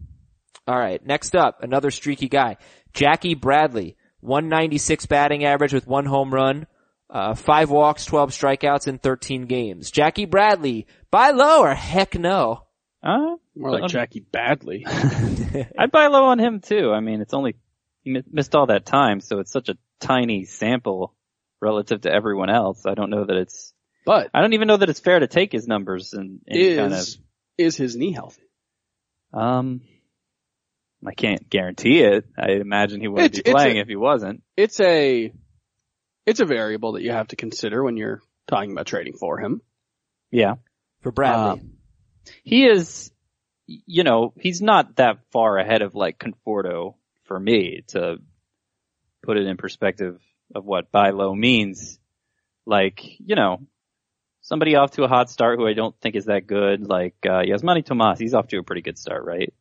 [SPEAKER 1] All right. Next up, another streaky guy, Jackie Bradley, 196 batting average with one home run, uh, five walks, 12 strikeouts in 13 games. Jackie Bradley, buy low or heck no.
[SPEAKER 2] Uh,
[SPEAKER 4] More like
[SPEAKER 2] Um,
[SPEAKER 4] Jackie Badley.
[SPEAKER 2] I'd buy low on him too. I mean, it's only, he mi- missed all that time, so it's such a tiny sample relative to everyone else. I don't know that it's,
[SPEAKER 4] But
[SPEAKER 2] I don't even know that it's fair to take his numbers and, and
[SPEAKER 4] is
[SPEAKER 2] kind of,
[SPEAKER 4] is his knee healthy?
[SPEAKER 2] um, I can't guarantee it. I imagine he wouldn't
[SPEAKER 4] It's-
[SPEAKER 2] be
[SPEAKER 4] it's
[SPEAKER 2] playing
[SPEAKER 4] a-
[SPEAKER 2] if he wasn't.
[SPEAKER 4] It's a it's a variable that you have to consider when you're talking about trading for him.
[SPEAKER 2] Yeah.
[SPEAKER 1] For Bradley.
[SPEAKER 4] Um,
[SPEAKER 2] He is, you know, he's not that far ahead of like Conforto for me to put it in perspective of what buy low means. Like, you know, somebody off to a hot start who I don't think is that good, like, uh, Yasmani Tomas, he's off to a pretty good start, right?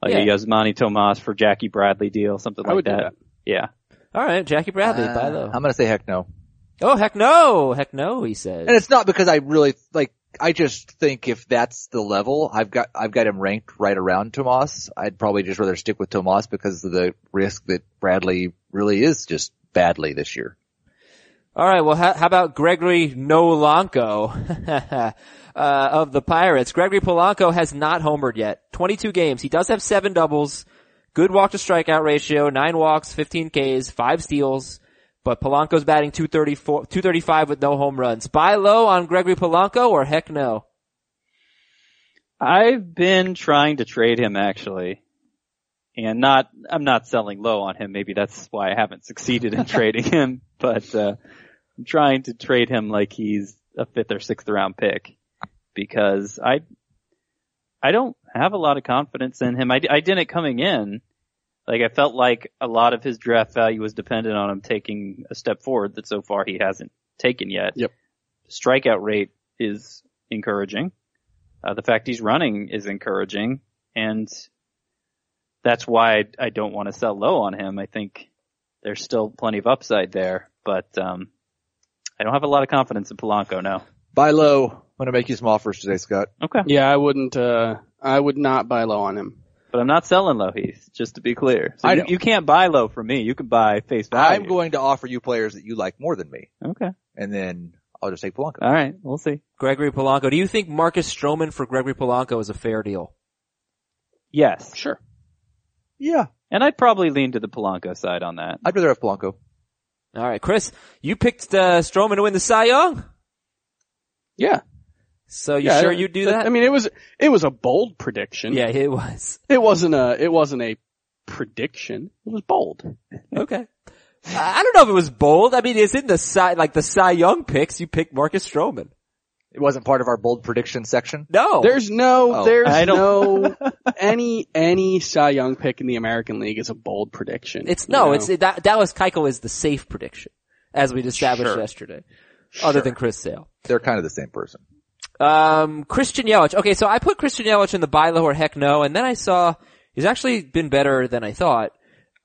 [SPEAKER 2] Like a
[SPEAKER 1] Yeah.
[SPEAKER 2] Yasmani Tomas for Jackie Bradley deal, something
[SPEAKER 4] I would
[SPEAKER 2] like
[SPEAKER 4] do
[SPEAKER 2] that.
[SPEAKER 4] that.
[SPEAKER 2] Yeah.
[SPEAKER 1] All right. Jackie Bradley, buy
[SPEAKER 3] Uh,
[SPEAKER 1] low.
[SPEAKER 3] I'm gonna say heck no.
[SPEAKER 1] oh, heck no. Heck no, he says.
[SPEAKER 3] And it's not because I really like. I just think if that's the level, I've got I've got him ranked right around Tomas. I'd probably just rather stick with Tomas because of the risk that Bradley really is just badly this year.
[SPEAKER 1] All right. Well, how, how about Gregory Nolanko uh, of the Pirates? Gregory Polanco has not homered yet. 22 games. He does have seven doubles, good walk to strikeout ratio, nine walks, 15 Ks, five steals. But Polanco's batting 234, 235 with no home runs. Buy low on Gregory Polanco or heck no?
[SPEAKER 2] I've been trying to trade him actually. And not, I'm not selling low on him. Maybe that's why I haven't succeeded in trading him, but, uh, I'm trying to trade him like he's a fifth or sixth round pick because I, I don't have a lot of confidence in him. I, I didn't coming in. Like I felt like a lot of his draft value was dependent on him taking a step forward that so far he hasn't taken yet.
[SPEAKER 4] Yep.
[SPEAKER 2] Strikeout rate is encouraging. Uh, the fact he's running is encouraging, and that's why I, I don't want to sell low on him. I think there's still plenty of upside there, but um, I don't have a lot of confidence in Polanco now.
[SPEAKER 3] Buy low. I'm gonna make you some offers today, Scott.
[SPEAKER 2] Okay,
[SPEAKER 4] yeah, I wouldn't. Uh, I would not buy low on him.
[SPEAKER 2] but I'm not selling low, Heath. Just to be clear, so
[SPEAKER 3] I
[SPEAKER 2] you,
[SPEAKER 3] know.
[SPEAKER 2] you can't buy low for me. You can buy face value.
[SPEAKER 3] I'm going to offer you players that you like more than me,
[SPEAKER 2] Okay,
[SPEAKER 3] and then I'll just take Polanco.
[SPEAKER 2] all right, we'll see.
[SPEAKER 1] Gregory Polanco. Do you think Marcus Stroman for Gregory Polanco is a fair deal?
[SPEAKER 2] Yes,
[SPEAKER 4] Sure.
[SPEAKER 3] Yeah,
[SPEAKER 2] and I'd probably lean to the Polanco side on that.
[SPEAKER 3] I'd rather have Polanco.
[SPEAKER 1] All right, Chris, you picked uh, Stroman to win the Cy Young,
[SPEAKER 4] Yeah.
[SPEAKER 1] so you
[SPEAKER 4] yeah,
[SPEAKER 1] sure
[SPEAKER 4] I-
[SPEAKER 1] you do that?
[SPEAKER 4] I mean, it was it was a bold prediction.
[SPEAKER 1] yeah, it was.
[SPEAKER 4] It wasn't a it wasn't a prediction. It was bold.
[SPEAKER 1] Okay. I I don't know if it was bold. I mean, it's in the Cy, like the Cy Young picks. You picked Marcus Stroman.
[SPEAKER 3] It wasn't part of our bold prediction section.
[SPEAKER 1] No.
[SPEAKER 4] There's no,
[SPEAKER 3] Oh.
[SPEAKER 4] there's
[SPEAKER 2] I
[SPEAKER 4] no any any Cy Young pick in the American League is a bold prediction.
[SPEAKER 1] it's
[SPEAKER 4] you
[SPEAKER 1] no,
[SPEAKER 4] know?
[SPEAKER 1] it's, that, Dallas Keuchel is the safe prediction, as we established
[SPEAKER 4] Sure.
[SPEAKER 1] yesterday, other than Chris Sale.
[SPEAKER 3] They're kind of the same person.
[SPEAKER 1] Um, Christian Yelich. Okay, so I put Christian Yelich in the buy low or heck no, and then I saw he's actually been better than I thought.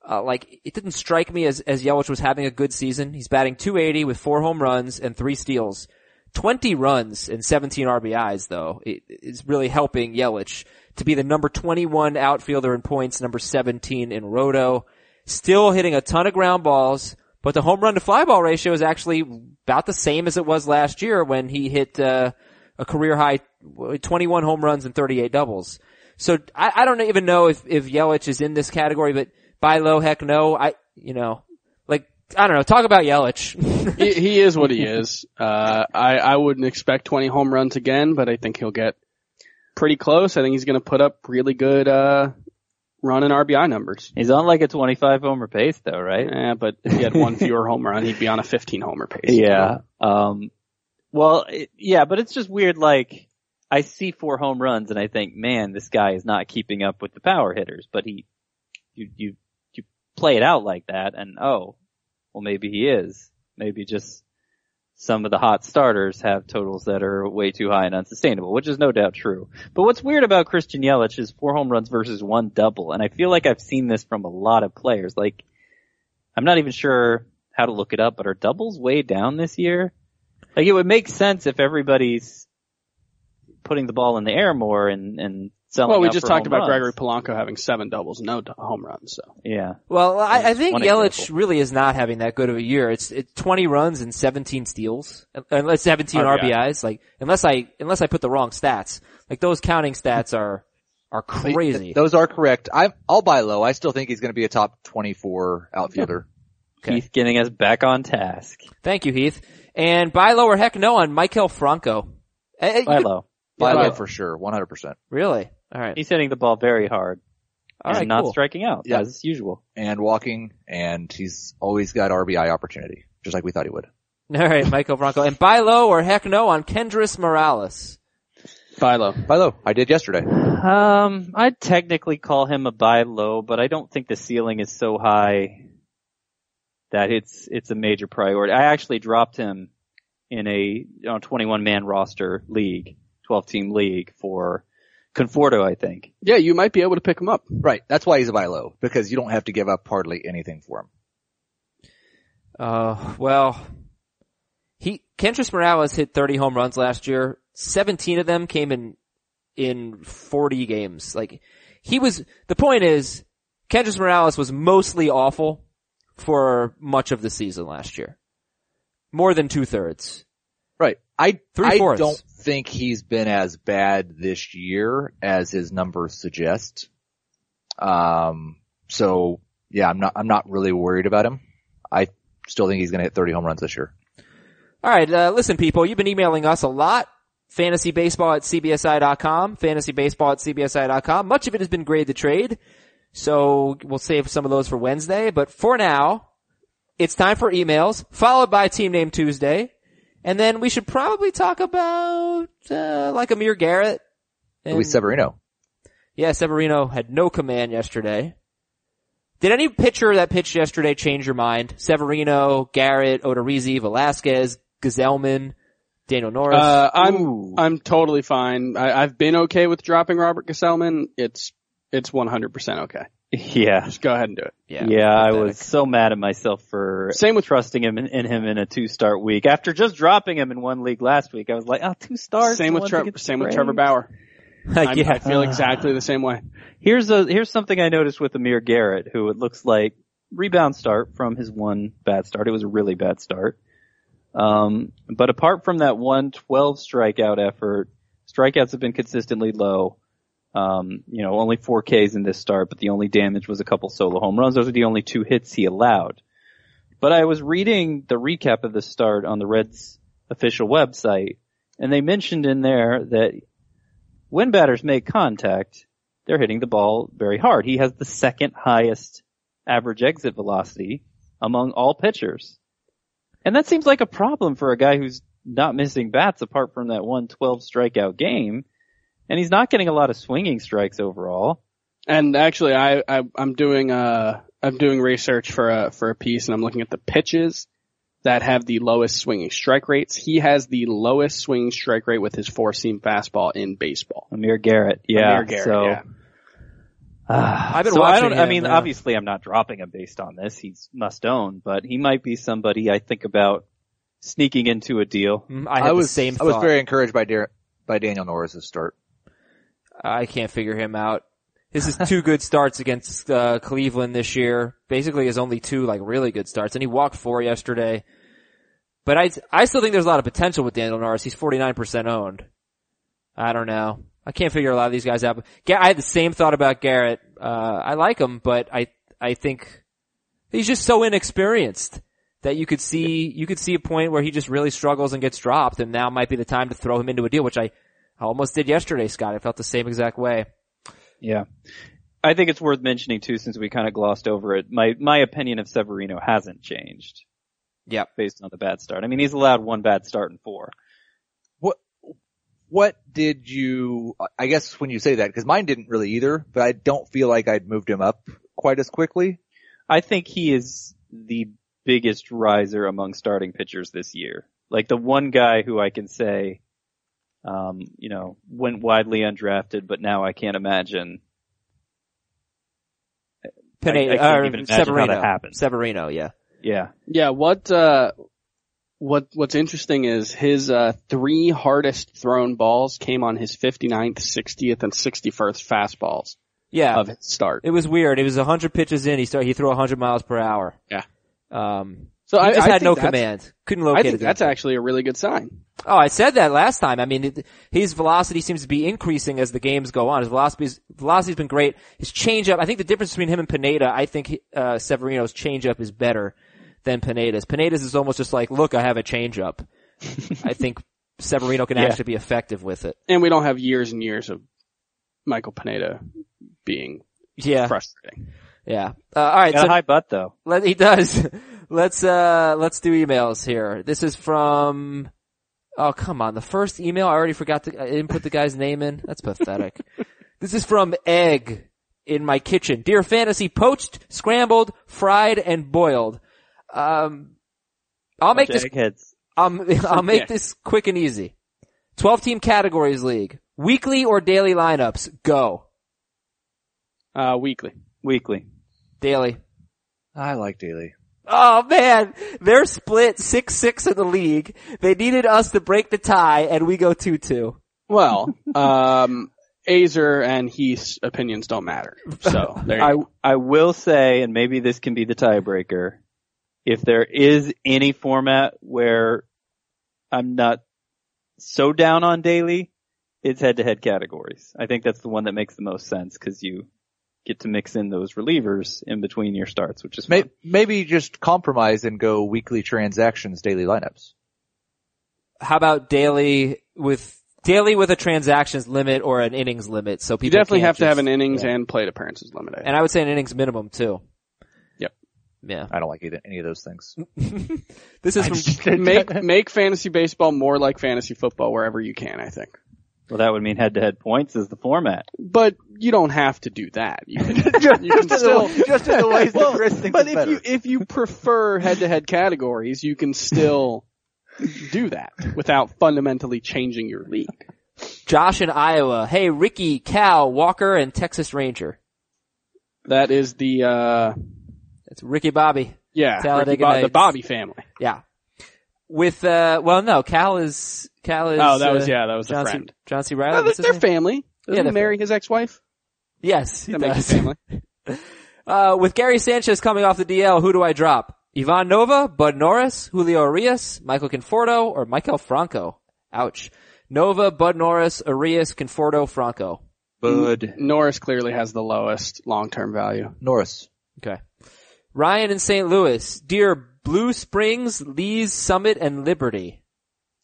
[SPEAKER 1] Uh, like it didn't strike me as as Yelich was having a good season. He's batting 280 with four home runs and three steals, 20 runs and 17 RBIs though. It is really helping Yelich to be the number 21 outfielder in points, number 17 in roto. Still hitting a ton of ground balls, but the home run to fly ball ratio is actually about the same as it was last year when he hit. Uh, a career high 21 home runs and 38 doubles. So I, I don't even know if, if Yelich is in this category, but buy low, heck no. I, you know, like, I don't know. Talk about Yelich.
[SPEAKER 4] he, he is what he is. Uh, I I wouldn't expect 20 home runs again, but I think he'll get pretty close. I think he's going to put up really good uh run and RBI numbers.
[SPEAKER 2] He's on like a 25 homer pace though, right?
[SPEAKER 4] Yeah, but if he had one fewer home run, he'd be on a 15 homer pace.
[SPEAKER 2] Yeah. Um, well, it, yeah, but it's just weird. Like, I see four home runs and I think, man, this guy is not keeping up with the power hitters. But he, you, you, you play it out like that, and oh, well, maybe he is. Maybe just some of the hot starters have totals that are way too high and unsustainable, which is no doubt true. But what's weird about Christian Yelich is four home runs versus one double, and I feel like I've seen this from a lot of players. Like, I'm not even sure how to look it up, but are doubles way down this year? Like, it would make sense if everybody's putting the ball in the air more and and selling.
[SPEAKER 4] Well, we
[SPEAKER 2] out
[SPEAKER 4] just
[SPEAKER 2] for
[SPEAKER 4] talked
[SPEAKER 2] home
[SPEAKER 4] about
[SPEAKER 2] runs.
[SPEAKER 4] Gregory Polanco having seven doubles, no d- home runs. So
[SPEAKER 2] Yeah.
[SPEAKER 1] Well, I, I
[SPEAKER 2] That's
[SPEAKER 1] think
[SPEAKER 2] one
[SPEAKER 1] Yelich
[SPEAKER 2] example.
[SPEAKER 1] really is not having that good of a year. It's, it's 20 runs and 17 steals, unless 17
[SPEAKER 4] RBI.
[SPEAKER 1] RBIs. Like unless I unless I put the wrong stats, like those counting stats are are
[SPEAKER 3] But
[SPEAKER 1] crazy.
[SPEAKER 3] th- those are correct. I, I'll buy low. I still think he's going to be a top 24 outfielder.
[SPEAKER 1] Okay.
[SPEAKER 2] Heath getting us back on task.
[SPEAKER 1] Thank you, Heath. And buy low or heck no on Michael Franco. Eh, eh, you
[SPEAKER 2] Buy
[SPEAKER 1] could-
[SPEAKER 2] low.
[SPEAKER 3] Buy
[SPEAKER 4] Yeah.
[SPEAKER 3] low for sure. 100%.
[SPEAKER 1] Really? All right.
[SPEAKER 2] He's hitting the ball very hard
[SPEAKER 1] All
[SPEAKER 2] and
[SPEAKER 1] right.
[SPEAKER 2] not
[SPEAKER 1] cool.
[SPEAKER 2] striking out
[SPEAKER 3] Yeah.
[SPEAKER 2] as usual.
[SPEAKER 3] And walking and he's always got RBI opportunity, just like we thought he would.
[SPEAKER 1] All right, Michael Franco. And buy low or heck no on Kendris Morales.
[SPEAKER 4] buy low.
[SPEAKER 3] Buy low. I did yesterday.
[SPEAKER 2] Um, I'd technically call him a buy low, but I don't think the ceiling is so high that it's it's a major priority. I actually dropped him in a 21 man roster league, 12 team league for Conforto, I think.
[SPEAKER 4] Yeah, you might be able to pick him up.
[SPEAKER 3] Right. That's why he's a buy low because you don't have to give up hardly anything for him.
[SPEAKER 1] Uh, well, he, Kendris Morales hit 30 home runs last year. 17 of them came in, in 40 games. Like, he was, the point is, Kendris Morales was mostly awful for much of the season last year. More than two thirds.
[SPEAKER 3] Right. I, I
[SPEAKER 1] Three-fourths.
[SPEAKER 3] don't think he's been as bad this year as his numbers suggest. Um, so yeah, I'm not, I'm not really worried about him. I still think he's going to hit 30 home runs this year.
[SPEAKER 1] All right, uh, listen, people, you've been emailing us a lot. Fantasy baseball at cbsi.com, fantasy baseball at cbsi.com. Much of it has been grade the trade, so we'll save some of those for Wednesday. But for now, it's time for emails, followed by Team Name Tuesday, and then we should probably talk about uh, like Amir Garrett. And,
[SPEAKER 3] Luis Severino.
[SPEAKER 1] yeah, Severino had no command yesterday. Did any pitcher that pitched yesterday change your mind? Severino, Garrett, Odorizzi, Velasquez, Gazelman, Daniel Norris.
[SPEAKER 4] Uh, I'm
[SPEAKER 2] Ooh.
[SPEAKER 4] I'm totally fine. I, I've been okay with dropping Robert Gesellman. It's it's 100 percent okay.
[SPEAKER 2] Yeah.
[SPEAKER 4] Just go ahead and do it.
[SPEAKER 2] Yeah,
[SPEAKER 1] yeah,
[SPEAKER 2] I
[SPEAKER 1] pathetic.
[SPEAKER 2] was so mad at myself for
[SPEAKER 4] Same with
[SPEAKER 2] trusting him in, in him in a two start week after just dropping him in one league last week. I was like, oh, two stars.
[SPEAKER 4] same with
[SPEAKER 2] one
[SPEAKER 4] Tre-
[SPEAKER 2] ticket to
[SPEAKER 4] same with
[SPEAKER 2] Braves.
[SPEAKER 4] Trevor Bauer.
[SPEAKER 1] Like,
[SPEAKER 4] I'm-
[SPEAKER 1] yeah.
[SPEAKER 4] I feel exactly the same way.
[SPEAKER 2] Here's a here's something I noticed with Amir Garrett, who it looks like rebound start from his one bad start. It was a really bad start. Um, but apart from that one 12 strikeout effort, strikeouts have been consistently low. Um, you know, only four Ks in this start, but the only damage was a couple solo home runs. Those are the only two hits he allowed. But I was reading the recap of the start on the Reds official website, and they mentioned in there that when batters make contact, they're hitting the ball very hard. He has the second highest average exit velocity among all pitchers. And that seems like a problem for a guy who's not missing bats apart from that one 12 strikeout game. And he's not getting a lot of swinging strikes overall.
[SPEAKER 4] And actually, I, I I'm doing uh I'm doing research for a for a piece, and I'm looking at the pitches that have the lowest swinging strike rates. He has the lowest swinging strike rate with his four seam fastball in baseball.
[SPEAKER 2] Amir Garrett. Yeah.
[SPEAKER 4] Amir Garrett,
[SPEAKER 2] so,
[SPEAKER 4] yeah.
[SPEAKER 2] Ah,
[SPEAKER 1] I've been
[SPEAKER 2] so I
[SPEAKER 1] watching
[SPEAKER 2] don't, I
[SPEAKER 1] him, uh,
[SPEAKER 2] mean,
[SPEAKER 1] yeah.
[SPEAKER 2] obviously I'm not dropping him based on this. He's must own, but he might be somebody I think about sneaking into a deal.
[SPEAKER 1] Mm, I had
[SPEAKER 3] was
[SPEAKER 1] the same
[SPEAKER 3] I was
[SPEAKER 1] thought.
[SPEAKER 3] very encouraged by Dar- by Daniel Norris's start.
[SPEAKER 1] I can't figure him out. This is two good starts against uh, Cleveland this year. Basically, his only two like really good starts, and he walked four yesterday. But I, I still think there's a lot of potential with Daniel Norris. He's 49% owned. I don't know. I can't figure a lot of these guys out. But Ga- I had the same thought about Garrett. Uh, I like him, but I, I think he's just so inexperienced that you could see, you could see a point where he just really struggles and gets dropped, and now might be the time to throw him into a deal, which I, I almost did yesterday, Scott. I felt the same exact way.
[SPEAKER 2] Yeah. I think it's worth mentioning too, since we kind of glossed over it. My, my opinion of Severino hasn't changed.
[SPEAKER 1] Yep.
[SPEAKER 2] based on the bad start. I mean, he's allowed one bad start in four.
[SPEAKER 3] What did you, I guess when you say that, cause mine didn't really either, but I don't feel like I'd moved him up quite as quickly.
[SPEAKER 2] I think he is the biggest riser among starting pitchers this year. Like the one guy who I can say, um, you know, went widely undrafted, but now I can't imagine.
[SPEAKER 1] Pineda,
[SPEAKER 2] I can't
[SPEAKER 1] or
[SPEAKER 2] even imagine how
[SPEAKER 1] Severino.
[SPEAKER 2] that happened.
[SPEAKER 1] Severino, yeah.
[SPEAKER 2] Yeah.
[SPEAKER 4] Yeah, what uh what what's interesting is his uh three hardest thrown balls came on his 59th, 60th and 61st fastballs
[SPEAKER 1] Yeah.
[SPEAKER 4] of his start.
[SPEAKER 1] It was weird. It was 100 pitches in. He started, he threw 100 miles per hour.
[SPEAKER 4] Yeah.
[SPEAKER 1] Um,
[SPEAKER 4] So
[SPEAKER 1] he
[SPEAKER 4] I,
[SPEAKER 1] just had
[SPEAKER 4] I think
[SPEAKER 1] no
[SPEAKER 4] that's-
[SPEAKER 1] command. Couldn't
[SPEAKER 4] I
[SPEAKER 1] locate
[SPEAKER 4] think
[SPEAKER 1] it.
[SPEAKER 4] that's actually a really good sign.
[SPEAKER 1] Oh, I said that last time. I mean, it, his velocity seems to be increasing as the games go on. His velocity's, velocity's been great. His changeup, I think the difference between him and Pineda, I think, uh, Severino's changeup is better than Pineda's. Pineda's is almost just like, look, I have a changeup. I think Severino can
[SPEAKER 2] Yeah.
[SPEAKER 1] actually be effective with it.
[SPEAKER 4] And we don't have years and years of Michael Pineda being
[SPEAKER 1] Yeah.
[SPEAKER 4] frustrating.
[SPEAKER 1] Yeah. Uh, alright,
[SPEAKER 2] Got
[SPEAKER 1] so
[SPEAKER 2] a high butt though.
[SPEAKER 1] Let, he does. let's uh let's do emails here. This is from Oh, come on. The first email I already forgot to I didn't put the guy's name in. That's pathetic. this is from Egg in my kitchen. Dear fantasy poached, scrambled, fried and boiled. Um I'll make this
[SPEAKER 2] Eggheads.
[SPEAKER 1] um, I'll make
[SPEAKER 4] Nick.
[SPEAKER 1] this quick and easy. 12 team categories league. Weekly or daily lineups? Go.
[SPEAKER 4] Uh weekly.
[SPEAKER 2] Weekly.
[SPEAKER 1] Daily.
[SPEAKER 3] I like Daly.
[SPEAKER 1] Oh man, they're split 6-6 in the league. They needed us to break the tie and we go 2-2.
[SPEAKER 4] Well, um Azer and Heath's opinions don't matter. So, there you
[SPEAKER 2] I
[SPEAKER 4] go.
[SPEAKER 2] I will say, and maybe this can be the tiebreaker, if there is any format where I'm not so down on daily, it's head-to-head categories. I think that's the one that makes the most sense because you get to mix in those relievers in between your starts, which is
[SPEAKER 3] Maybe,
[SPEAKER 2] fun.
[SPEAKER 3] maybe just compromise and go weekly transactions, daily lineups.
[SPEAKER 1] How about daily with, daily with a transactions limit or an innings limit so
[SPEAKER 4] You
[SPEAKER 1] people
[SPEAKER 4] definitely
[SPEAKER 1] can't
[SPEAKER 4] have to have
[SPEAKER 1] just-
[SPEAKER 4] an innings
[SPEAKER 1] yeah.
[SPEAKER 4] and plate appearances limited.
[SPEAKER 1] And I would say an innings minimum too.
[SPEAKER 4] Yep.
[SPEAKER 1] Yeah.
[SPEAKER 3] I don't like either, any of those things.
[SPEAKER 1] This is from,
[SPEAKER 4] make make fantasy baseball more like fantasy football wherever you can, I think.
[SPEAKER 2] Well, that would mean head-to-head points is the format.
[SPEAKER 4] But you don't have to do that. You can, you can
[SPEAKER 3] just,
[SPEAKER 4] still,
[SPEAKER 3] in the, just in the ways that Chris thinks
[SPEAKER 4] but
[SPEAKER 3] is
[SPEAKER 4] if
[SPEAKER 3] better.
[SPEAKER 4] you if you prefer head to head categories, you can still do that without fundamentally changing your league.
[SPEAKER 1] Josh in Iowa. Hey, Ricky, Cal, Walker, and Texas Ranger.
[SPEAKER 4] That is the uh
[SPEAKER 1] That's Ricky Bobby.
[SPEAKER 4] yeah
[SPEAKER 1] Talladega
[SPEAKER 4] Ricky Bo- the
[SPEAKER 1] Nights.
[SPEAKER 4] Bobby family.
[SPEAKER 1] Yeah. With, uh, well no, Cal is, Cal is,
[SPEAKER 4] oh, that was
[SPEAKER 1] uh,
[SPEAKER 4] yeah, that was
[SPEAKER 1] John
[SPEAKER 4] a
[SPEAKER 1] C-
[SPEAKER 4] friend.
[SPEAKER 1] John C.
[SPEAKER 4] No,
[SPEAKER 1] Riley.
[SPEAKER 4] they're,
[SPEAKER 1] what's his
[SPEAKER 4] they're
[SPEAKER 1] name?
[SPEAKER 4] marry
[SPEAKER 1] Yeah, they're
[SPEAKER 4] his ex wife?
[SPEAKER 1] Yes, he
[SPEAKER 4] That makes
[SPEAKER 1] does.
[SPEAKER 4] family.
[SPEAKER 1] Uh, with Gary Sanchez coming off the DL, who do I drop? Ivan Nova, Bud Norris, Julio Arias, Michael Conforto, or Michael Franco? Ouch. Nova, Bud Norris, Arias, Conforto, Franco.
[SPEAKER 3] Bud
[SPEAKER 4] Norris clearly has the lowest long term value.
[SPEAKER 3] Norris.
[SPEAKER 1] Okay. Ryan in St. Louis. Dear Blue Springs, Lee's Summit, and Liberty.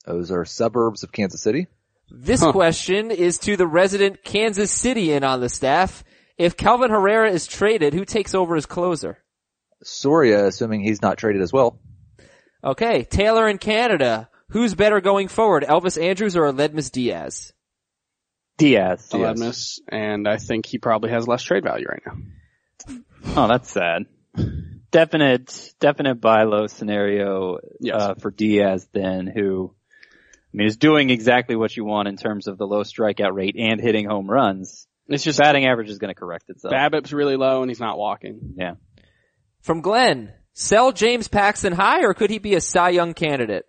[SPEAKER 3] Those are suburbs of Kansas City.
[SPEAKER 1] This
[SPEAKER 4] Huh.
[SPEAKER 1] question is to the resident Kansas Cityan on the staff. If Calvin Herrera is traded, who takes over as closer?
[SPEAKER 3] Soria, assuming he's not traded as well.
[SPEAKER 1] Okay, Taylor in Canada. Who's better going forward, Elvis Andrews or Ledmus Diaz?
[SPEAKER 2] Diaz.
[SPEAKER 4] Oh, Dilemmas, and I think he probably has less trade value right now.
[SPEAKER 2] Oh, that's sad. Definite, definite buy low scenario
[SPEAKER 4] Yes.
[SPEAKER 2] uh, for Diaz then, who, I mean, is doing exactly what you want in terms of the low strikeout rate and hitting home runs.
[SPEAKER 4] It's just
[SPEAKER 2] Batting average is going to correct itself.
[SPEAKER 4] BABIP's really low and he's not walking.
[SPEAKER 2] yeah.
[SPEAKER 1] From Glenn. Sell James Paxton high or could he be a Cy Young candidate?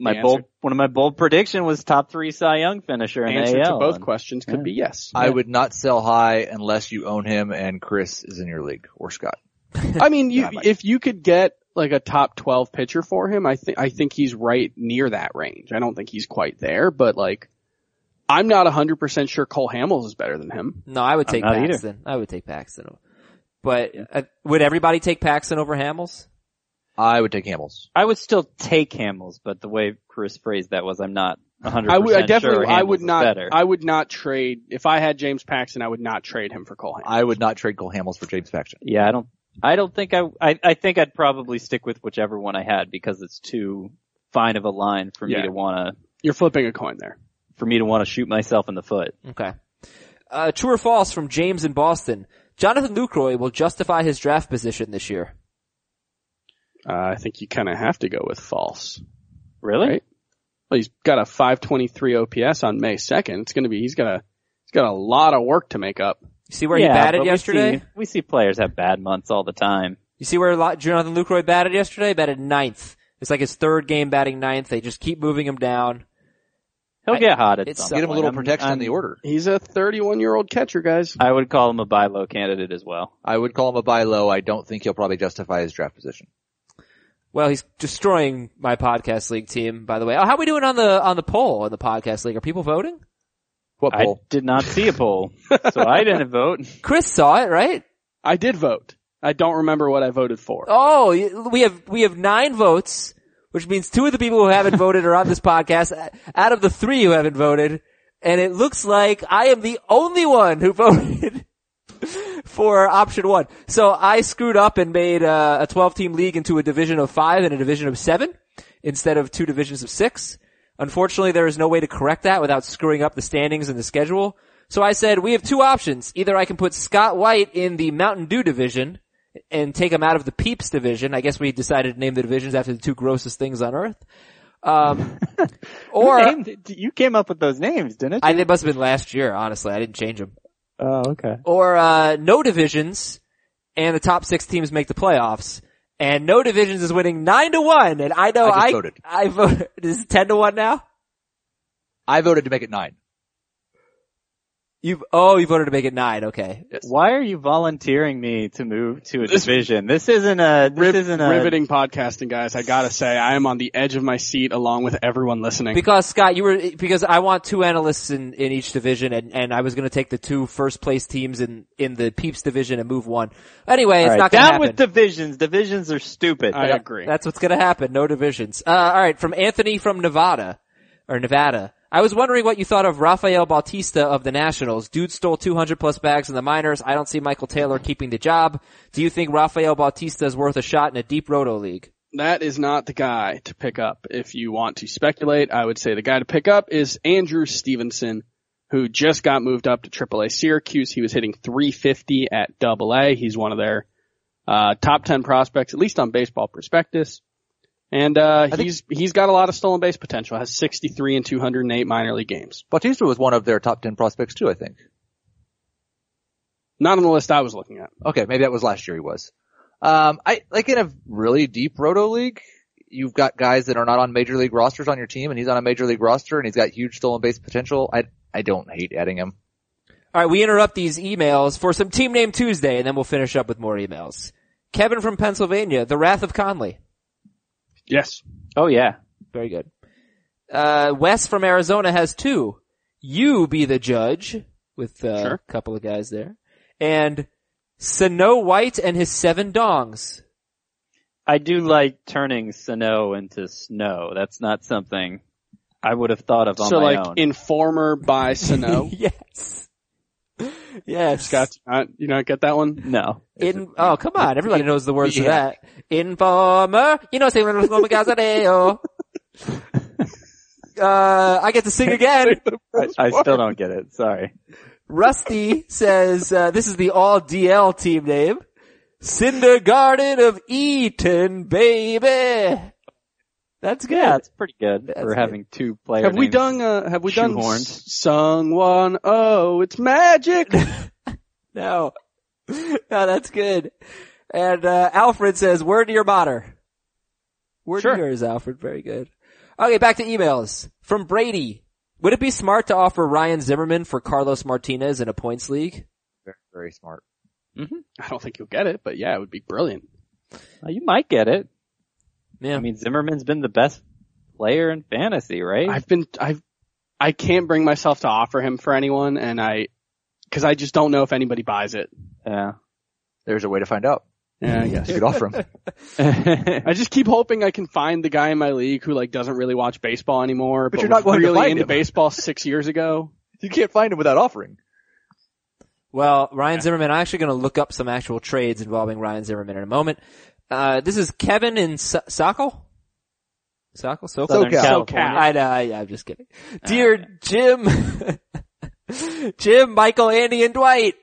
[SPEAKER 2] My
[SPEAKER 4] The
[SPEAKER 2] bold,
[SPEAKER 4] answer-
[SPEAKER 2] one of my bold prediction was top three Cy Young finisher in
[SPEAKER 4] Answer
[SPEAKER 2] AL.
[SPEAKER 4] to both
[SPEAKER 2] and
[SPEAKER 4] questions could
[SPEAKER 2] yeah.
[SPEAKER 4] be yes.
[SPEAKER 3] I would not sell high unless you own him and Chris is in your league or Scott.
[SPEAKER 4] I mean, you,
[SPEAKER 3] I might.
[SPEAKER 4] if you could get like a top 12 pitcher for him, I think, I think he's right near that range. I don't think he's quite there, but like, I'm not 100% sure Cole Hamels is better than him.
[SPEAKER 1] No, I would
[SPEAKER 2] I'm
[SPEAKER 1] take
[SPEAKER 2] not either.
[SPEAKER 1] Paxton. I would take Paxton. But uh, would everybody take Paxton over Hamels?
[SPEAKER 3] I would take Hamels.
[SPEAKER 2] I would still take Hamels, but the way Chris phrased that was I'm not 100%
[SPEAKER 4] I would, I definitely,
[SPEAKER 2] sure
[SPEAKER 4] I
[SPEAKER 2] Hamels
[SPEAKER 4] would
[SPEAKER 2] is
[SPEAKER 4] not,
[SPEAKER 2] better.
[SPEAKER 4] I would not trade, if I had James Paxton, I would not trade him for Cole Hamels.
[SPEAKER 3] I would not trade Cole Hamels for James Paxton.
[SPEAKER 2] Yeah, I don't. I don't think I, I. I think I'd probably stick with whichever one I had because it's too fine of a line for me
[SPEAKER 4] Yeah.
[SPEAKER 2] to wanna
[SPEAKER 4] You're flipping a coin there.
[SPEAKER 2] for me to wanna shoot myself in the foot.
[SPEAKER 1] Okay. Uh, true or false from James in Boston. Jonathan Lucroy will justify his draft position this year.
[SPEAKER 4] Uh, I think you kind of have to go with false.
[SPEAKER 2] Really?
[SPEAKER 4] Right. Well, he's got a 523 OPS on May 2nd. It's going to be, he's got a, he's got a lot of work to make up.
[SPEAKER 1] You see where
[SPEAKER 2] Yeah,
[SPEAKER 1] he batted
[SPEAKER 2] but
[SPEAKER 1] yesterday?
[SPEAKER 2] We see, we see players have bad months all the time.
[SPEAKER 1] You see where Lo- Jonathan Lucroy batted yesterday? Batted ninth. It's like his third game batting ninth. They just keep moving him down.
[SPEAKER 2] He'll
[SPEAKER 1] I-
[SPEAKER 2] get hot at
[SPEAKER 1] it's-
[SPEAKER 2] some
[SPEAKER 1] Get
[SPEAKER 3] Get him a
[SPEAKER 2] point.
[SPEAKER 3] little
[SPEAKER 2] I'm-
[SPEAKER 3] protection
[SPEAKER 2] I'm-
[SPEAKER 3] in the order.
[SPEAKER 4] He's a 31 year old catcher, guys.
[SPEAKER 2] I would call him a buy low candidate as well.
[SPEAKER 3] I would call him a buy low. I don't think he'll probably justify his draft position.
[SPEAKER 1] Well, he's destroying my podcast league team, by the way. Oh, how are we doing on the on the poll on the podcast league? Are people voting?
[SPEAKER 3] What
[SPEAKER 2] I
[SPEAKER 3] poll?
[SPEAKER 2] did not see a poll, so I didn't vote.
[SPEAKER 1] Chris saw it, right?
[SPEAKER 4] I did vote. I don't remember what I voted for.
[SPEAKER 1] Oh, y- we have we have nine votes, which means two of the people who haven't voted are on this podcast. uh, Out of the three who haven't voted, and it looks like I am the only one who voted for option one. So I screwed up and made uh, a twelve-team league into a division of five and a division of seven instead of two divisions of six. Unfortunately, there is no way to correct that without screwing up the standings and the schedule. So I said, we have two options. Either I can put Scott White in the Mountain Dew division and take him out of the Peeps division. I guess we decided to name the divisions after the two grossest things on earth. Um, or
[SPEAKER 2] Who named it? you came up with those names, didn't you?
[SPEAKER 1] I, it must have been last year, honestly. I didn't change them.
[SPEAKER 2] oh, okay.
[SPEAKER 1] Or, uh, no divisions and the top six teams make the playoffs. And no divisions is winning nine to one. And I know
[SPEAKER 3] I just
[SPEAKER 1] I,
[SPEAKER 3] voted.
[SPEAKER 1] I voted, is it 10 to one now?
[SPEAKER 3] I voted to make it nine.
[SPEAKER 1] You oh, you voted to make it nine. Okay,
[SPEAKER 2] Why are you volunteering me to move to a division? This isn't a. This
[SPEAKER 4] Rib-
[SPEAKER 2] isn't a.
[SPEAKER 4] riveting podcasting, guys. I gotta say, I am on the edge of my seat along with everyone listening.
[SPEAKER 1] because Scott, you were because I want two analysts in in each division, and and I was going to take the two first place teams in in the Peeps division and move one. Anyway,
[SPEAKER 2] All
[SPEAKER 1] it's
[SPEAKER 2] right,
[SPEAKER 1] not going to
[SPEAKER 2] down
[SPEAKER 1] happen.
[SPEAKER 2] with divisions. Divisions are stupid.
[SPEAKER 4] I agree.
[SPEAKER 1] That's what's gonna happen. No divisions. Uh, alright, from Anthony from Nevada, or Nevada. I was wondering what you thought of Rafael Bautista of the Nationals. Dude stole 200 plus bags in the minors. I don't see Michael Taylor keeping the job. Do you think Rafael Bautista is worth a shot in a deep roto league?
[SPEAKER 4] that is not the guy to pick up. If you want to speculate, I would say the guy to pick up is Andrew Stevenson, who just got moved up to AAA Syracuse. He was hitting 350 at AA. He's one of their uh, top 10 prospects, at least on Baseball Prospectus. And uh, he's he's got a lot of stolen base potential. Has 63 and 208 minor league games.
[SPEAKER 3] Bautista was one of their top 10 prospects too, I think.
[SPEAKER 4] Not on the list I was looking at.
[SPEAKER 3] Okay, maybe that was last year he was. Um, I, like in a really deep roto league, you've got guys that are not on major league rosters on your team and he's on a major league roster and he's got huge stolen base potential. I, I don't hate adding him.
[SPEAKER 1] All right, we interrupt these emails for some Team Name Tuesday, and then we'll finish up with more emails. Kevin from Pennsylvania, The Wrath of Conley.
[SPEAKER 4] Yes.
[SPEAKER 2] Oh yeah.
[SPEAKER 1] Very good. Uh, Wes from Arizona has two. You be the judge, with uh,
[SPEAKER 4] Sure.
[SPEAKER 1] a couple of guys there. And Snow White and his seven dongs.
[SPEAKER 2] I do like turning snow into snow. That's not something I would have thought of on
[SPEAKER 4] so
[SPEAKER 2] my
[SPEAKER 4] like
[SPEAKER 2] own.
[SPEAKER 4] Informer by Sano.
[SPEAKER 1] yes. Yes.
[SPEAKER 4] Scott, uh, you not get that one?
[SPEAKER 2] no.
[SPEAKER 1] In, oh, come on. Everybody knows the words to
[SPEAKER 3] Yeah.
[SPEAKER 1] that. Informer. You know, say when it's going to Uh, I get to sing again.
[SPEAKER 2] I, I still don't get it. Sorry.
[SPEAKER 1] Rusty says uh, this is the all DL team name. Cinder Garden of Eaton, baby. That's good.
[SPEAKER 2] Yeah, that's pretty good
[SPEAKER 1] That's
[SPEAKER 2] for
[SPEAKER 1] good.
[SPEAKER 2] having two players.
[SPEAKER 4] Have we done? Uh, have we done?
[SPEAKER 2] Shoehorned.
[SPEAKER 4] s- Sung one oh, it's magic.
[SPEAKER 1] No, no, that's good. And uh, Alfred says, "Word to your mater." Word
[SPEAKER 2] Sure.
[SPEAKER 1] to yours, Alfred. Very good. Okay, back to emails from Brady. Would it be smart to offer Ryan Zimmerman for Carlos Martinez in a points league?
[SPEAKER 3] Very, very smart.
[SPEAKER 4] I don't think you'll get it, but yeah, it would be brilliant.
[SPEAKER 2] Uh, you might get it.
[SPEAKER 1] Yeah,
[SPEAKER 2] I mean, Zimmerman's been the best player in fantasy, right?
[SPEAKER 4] I've been, I've, I can't bring myself to offer him for anyone, and I, because I just don't know if anybody buys it.
[SPEAKER 2] yeah.
[SPEAKER 3] There's a way to find out.
[SPEAKER 4] Yeah, I
[SPEAKER 3] You
[SPEAKER 4] guess.
[SPEAKER 3] could offer him.
[SPEAKER 2] I
[SPEAKER 4] I just keep hoping I can find the guy in my league who like doesn't really watch baseball anymore,
[SPEAKER 3] But
[SPEAKER 4] but,
[SPEAKER 3] you're not
[SPEAKER 4] was
[SPEAKER 3] going to
[SPEAKER 4] really
[SPEAKER 3] find
[SPEAKER 4] into
[SPEAKER 3] him.
[SPEAKER 4] baseball six years ago.
[SPEAKER 3] you can't find him without offering.
[SPEAKER 1] Well, Ryan Zimmerman, I'm actually going to look up some actual trades involving Ryan Zimmerman in a moment. Uh, this is Kevin in so- Sockle? Sockle? Sockle?
[SPEAKER 2] Southern
[SPEAKER 3] SoCal.
[SPEAKER 2] California.
[SPEAKER 1] I know, I, I'm just kidding. Dear Jim, Jim, Michael, Andy, and Dwight.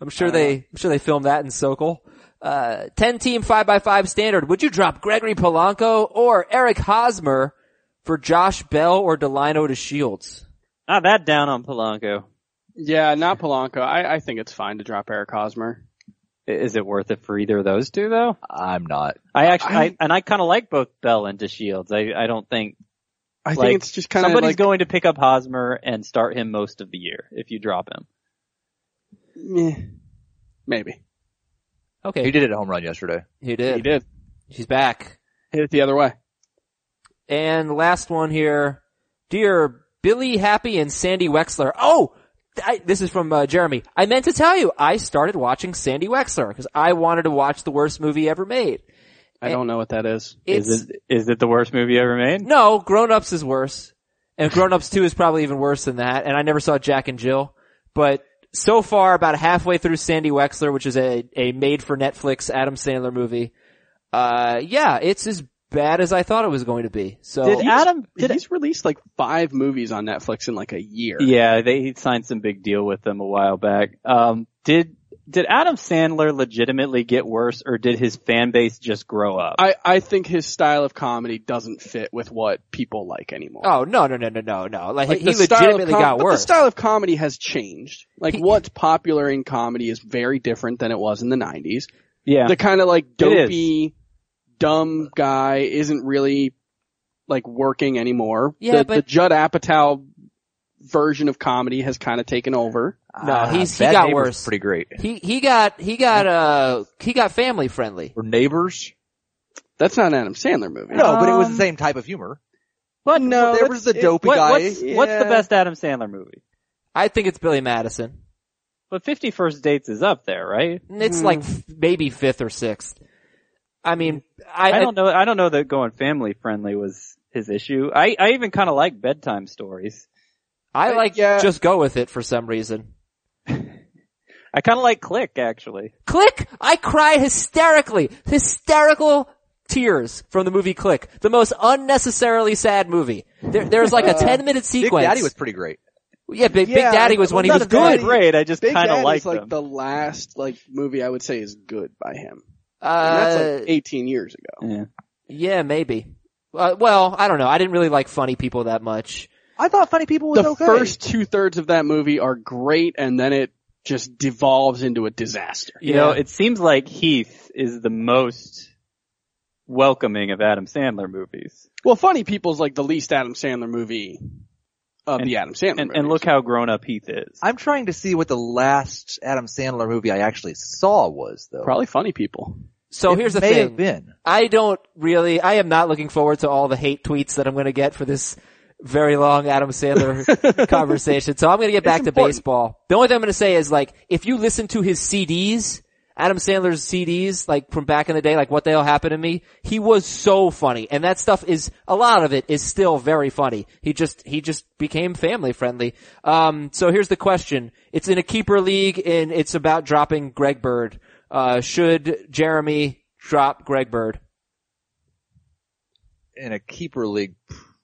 [SPEAKER 1] I'm sure they, I'm sure they filmed that in Sokol. Uh, 10 team 5x5 standard. Would you drop Gregory Polanco or Eric Hosmer for Josh Bell or Delino to Shields?
[SPEAKER 2] Not that down on Polanco.
[SPEAKER 4] Yeah, not Polanco. I, I think it's fine to drop Eric Hosmer.
[SPEAKER 2] I- Is it worth it for either of those two though?
[SPEAKER 3] I'm not.
[SPEAKER 2] I actually,
[SPEAKER 4] I-
[SPEAKER 2] I, and I kind of like both Bell and DeShields. I, I don't think
[SPEAKER 4] I
[SPEAKER 2] Like,
[SPEAKER 4] think it's just kind of
[SPEAKER 2] somebody's
[SPEAKER 4] like,
[SPEAKER 2] going to pick up Hosmer and start him most of the year if you drop him.
[SPEAKER 4] meh, eh, maybe.
[SPEAKER 1] Okay,
[SPEAKER 3] He did it a home run yesterday.
[SPEAKER 1] He did.
[SPEAKER 4] He did.
[SPEAKER 1] She's back.
[SPEAKER 4] Hit it the other way.
[SPEAKER 1] And last one here, dear Billy Happy and Sandy Wexler. Oh, I, this is from uh, Jeremy. I meant to tell you, I started watching Sandy Wexler because I wanted to watch the worst movie ever made.
[SPEAKER 4] I don't know what that is.
[SPEAKER 1] It's
[SPEAKER 2] is it is it the worst movie ever made?
[SPEAKER 1] no Grown Ups is worse, and Grown Ups Two is probably even worse than that. And I never saw Jack and Jill, but so far, about halfway through Sandy Wexler, which is a a made for Netflix Adam Sandler movie. Uh, yeah, it's as bad as I thought it was going to be. So
[SPEAKER 2] Did Adam? Did
[SPEAKER 4] He's released like five movies on Netflix in like a year.
[SPEAKER 2] yeah? They he signed some big deal with them a while back. Um, did did Adam Sandler legitimately get worse, or did his fan base just grow up?
[SPEAKER 4] I, I think his style of comedy doesn't fit with what people like anymore.
[SPEAKER 1] Oh no no no no no no! Like,
[SPEAKER 4] Like,
[SPEAKER 1] he
[SPEAKER 4] the style of
[SPEAKER 1] legitimately
[SPEAKER 4] com-
[SPEAKER 1] got
[SPEAKER 4] but
[SPEAKER 1] worse.
[SPEAKER 4] The style of comedy has changed. Like
[SPEAKER 1] He-
[SPEAKER 4] what's popular in comedy is very different than it was in the 90s.
[SPEAKER 2] yeah,
[SPEAKER 4] The kind of like
[SPEAKER 2] It is.
[SPEAKER 4] dopey, dumb guy isn't really like working anymore.
[SPEAKER 1] Yeah,
[SPEAKER 4] the,
[SPEAKER 1] but-
[SPEAKER 4] the Judd Apatow version of comedy has kind of taken over.
[SPEAKER 1] No,
[SPEAKER 3] Ah,
[SPEAKER 1] he's- he
[SPEAKER 3] Bad
[SPEAKER 1] got
[SPEAKER 3] Neighbor's
[SPEAKER 1] worse.
[SPEAKER 3] Pretty great.
[SPEAKER 1] he he got he got uh he got family friendly.
[SPEAKER 3] Or neighbors?
[SPEAKER 4] That's not an Adam Sandler movie.
[SPEAKER 3] No, but it was
[SPEAKER 2] Um,
[SPEAKER 3] the same type of humor.
[SPEAKER 2] but no,
[SPEAKER 3] there was the
[SPEAKER 2] it-
[SPEAKER 3] dopey
[SPEAKER 2] what-
[SPEAKER 3] guy.
[SPEAKER 2] What's, what's the
[SPEAKER 4] Yeah.
[SPEAKER 2] best Adam Sandler movie?
[SPEAKER 1] I think it's Billy Madison.
[SPEAKER 2] But Fifty First Dates is up there, right?
[SPEAKER 1] It's
[SPEAKER 4] Hmm.
[SPEAKER 1] like f- maybe fifth or sixth. I mean, I,
[SPEAKER 2] I, don't know. I don't know that going family friendly was his issue. I I even kind of like bedtime stories.
[SPEAKER 1] I like
[SPEAKER 4] Yeah.
[SPEAKER 1] just go with it for some reason.
[SPEAKER 2] I kind of like Click actually.
[SPEAKER 1] Click! I cried hysterically, hysterical tears from the movie Click, the most unnecessarily sad movie. There, there's like a ten minute
[SPEAKER 3] Dick
[SPEAKER 1] sequence.
[SPEAKER 3] Daddy was pretty great.
[SPEAKER 1] yeah, Big, Big
[SPEAKER 4] Yeah,
[SPEAKER 1] Daddy was
[SPEAKER 4] well,
[SPEAKER 1] when he
[SPEAKER 4] not
[SPEAKER 1] was
[SPEAKER 4] a bad
[SPEAKER 1] good.
[SPEAKER 2] They're Great. I just
[SPEAKER 4] Big
[SPEAKER 2] kind of
[SPEAKER 4] Dad
[SPEAKER 2] like
[SPEAKER 4] is like
[SPEAKER 2] them.
[SPEAKER 4] the last like movie I would say is good by him. And
[SPEAKER 1] Uh,
[SPEAKER 4] that's like 18 years ago.
[SPEAKER 2] Yeah.
[SPEAKER 1] Yeah, maybe. Uh, well, I don't know. I didn't really like funny people that much.
[SPEAKER 3] I thought Funny People was
[SPEAKER 4] The
[SPEAKER 3] okay.
[SPEAKER 4] first two thirds of that movie are great and then it just devolves into a disaster.
[SPEAKER 2] You know, it seems like Heath is the most welcoming of Adam Sandler movies.
[SPEAKER 4] Well, Funny People's like the least Adam Sandler movie of
[SPEAKER 2] And-
[SPEAKER 4] the Adam Sandler
[SPEAKER 2] And,
[SPEAKER 4] movies.
[SPEAKER 2] and look how grown up Heath is.
[SPEAKER 3] I'm trying to see what the last Adam Sandler movie I actually saw was, though.
[SPEAKER 4] Probably Funny People.
[SPEAKER 1] so
[SPEAKER 3] It
[SPEAKER 1] Oh, here's the
[SPEAKER 3] may
[SPEAKER 1] thing.
[SPEAKER 3] Have been.
[SPEAKER 1] I don't really, I am not looking forward to all the hate tweets that I'm going to get for this very long Adam Sandler conversation. So I'm going to get back to
[SPEAKER 4] important.
[SPEAKER 1] baseball. The only thing I'm going to say is like, if you listen to his CDs, Adam Sandler's CDs, like from back in the day, like what the hell happened to me, he was so funny. And that stuff is, a lot of it is still very funny. He just, he just became family friendly. Um, so here's the question. It's in a keeper league and it's about dropping Greg Bird. Uh, should Jeremy drop Greg Bird?
[SPEAKER 3] in a keeper league,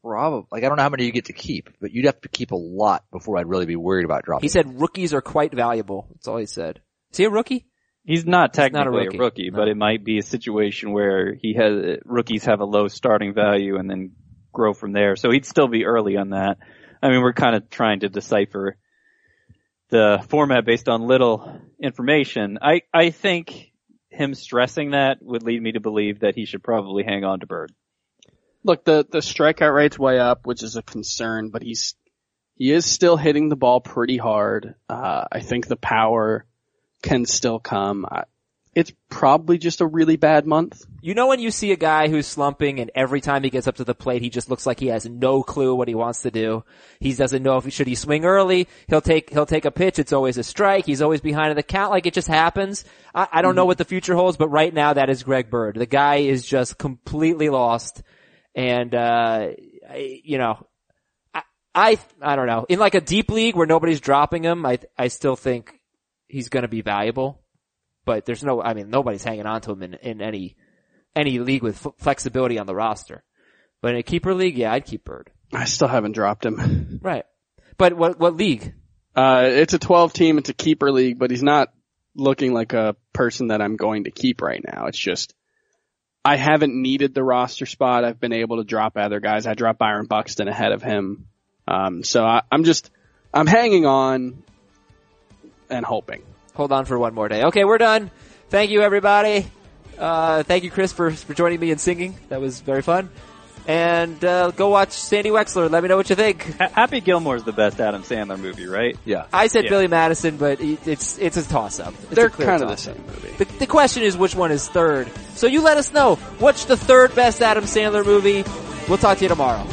[SPEAKER 3] probably. Like I don't know how many you get to keep, but you'd have to keep a lot before I'd really be worried about dropping.
[SPEAKER 1] He said rookies are quite valuable. That's all he said. Is he a rookie?
[SPEAKER 2] He's not
[SPEAKER 1] not a
[SPEAKER 2] technically
[SPEAKER 1] rookie.
[SPEAKER 2] a rookie, but it might be a situation where he has rookies have a low starting value and then grow from there. So he'd still be early on that. I mean, we're kind of trying to decipher the format based on little information. I I think him stressing that would lead me to believe that he should probably hang on to Bird.
[SPEAKER 4] Look, the, the strikeout rate's way up, which is a concern, but he's, he is still hitting the ball pretty hard. Uh, I think the power can still come. I, it's probably just a really bad month.
[SPEAKER 1] You know when you see a guy who's slumping and every time he gets up to the plate, he just looks like he has no clue what he wants to do. He doesn't know if he should he swing early. He'll take he'll take a pitch. It's always a strike. He's always behind in the count. Like it just happens. I, I don't know what the future holds, but right now that is Greg Bird. The guy is just completely lost, and uh, I, you know, I, I I don't know. In like a deep league where nobody's dropping him, I I still think he's going to be valuable. But there's no, I mean, nobody's hanging on to him in, in any any league with f- flexibility on the roster. But in a keeper league, yeah, I'd keep Bird.
[SPEAKER 4] I still haven't dropped him.
[SPEAKER 1] Right. But what what league?
[SPEAKER 4] Uh, it's a 12 team. It's a keeper league, but he's not looking like a person that I'm going to keep right now. It's just, I haven't needed the roster spot. I've been able to drop other guys. I dropped Byron Buxton ahead of him. Um, so I, I'm just, I'm hanging on and hoping.
[SPEAKER 1] Hold on for one more day. Okay, we're done. Thank you, everybody. Uh, thank you, Chris, for, for joining me and singing. That was very fun. And uh, go watch Sandy Wexler. Let me know what you think.
[SPEAKER 2] Ha- Happy Gilmore's the best Adam Sandler movie, right?
[SPEAKER 3] Yeah.
[SPEAKER 1] I said
[SPEAKER 2] Yeah.
[SPEAKER 1] Billy Madison, but it- it's it's a toss up.
[SPEAKER 4] They're kind of the same movie.
[SPEAKER 1] The, the question is which one is third. So you let us know. What's the third best Adam Sandler movie? We'll talk to you tomorrow.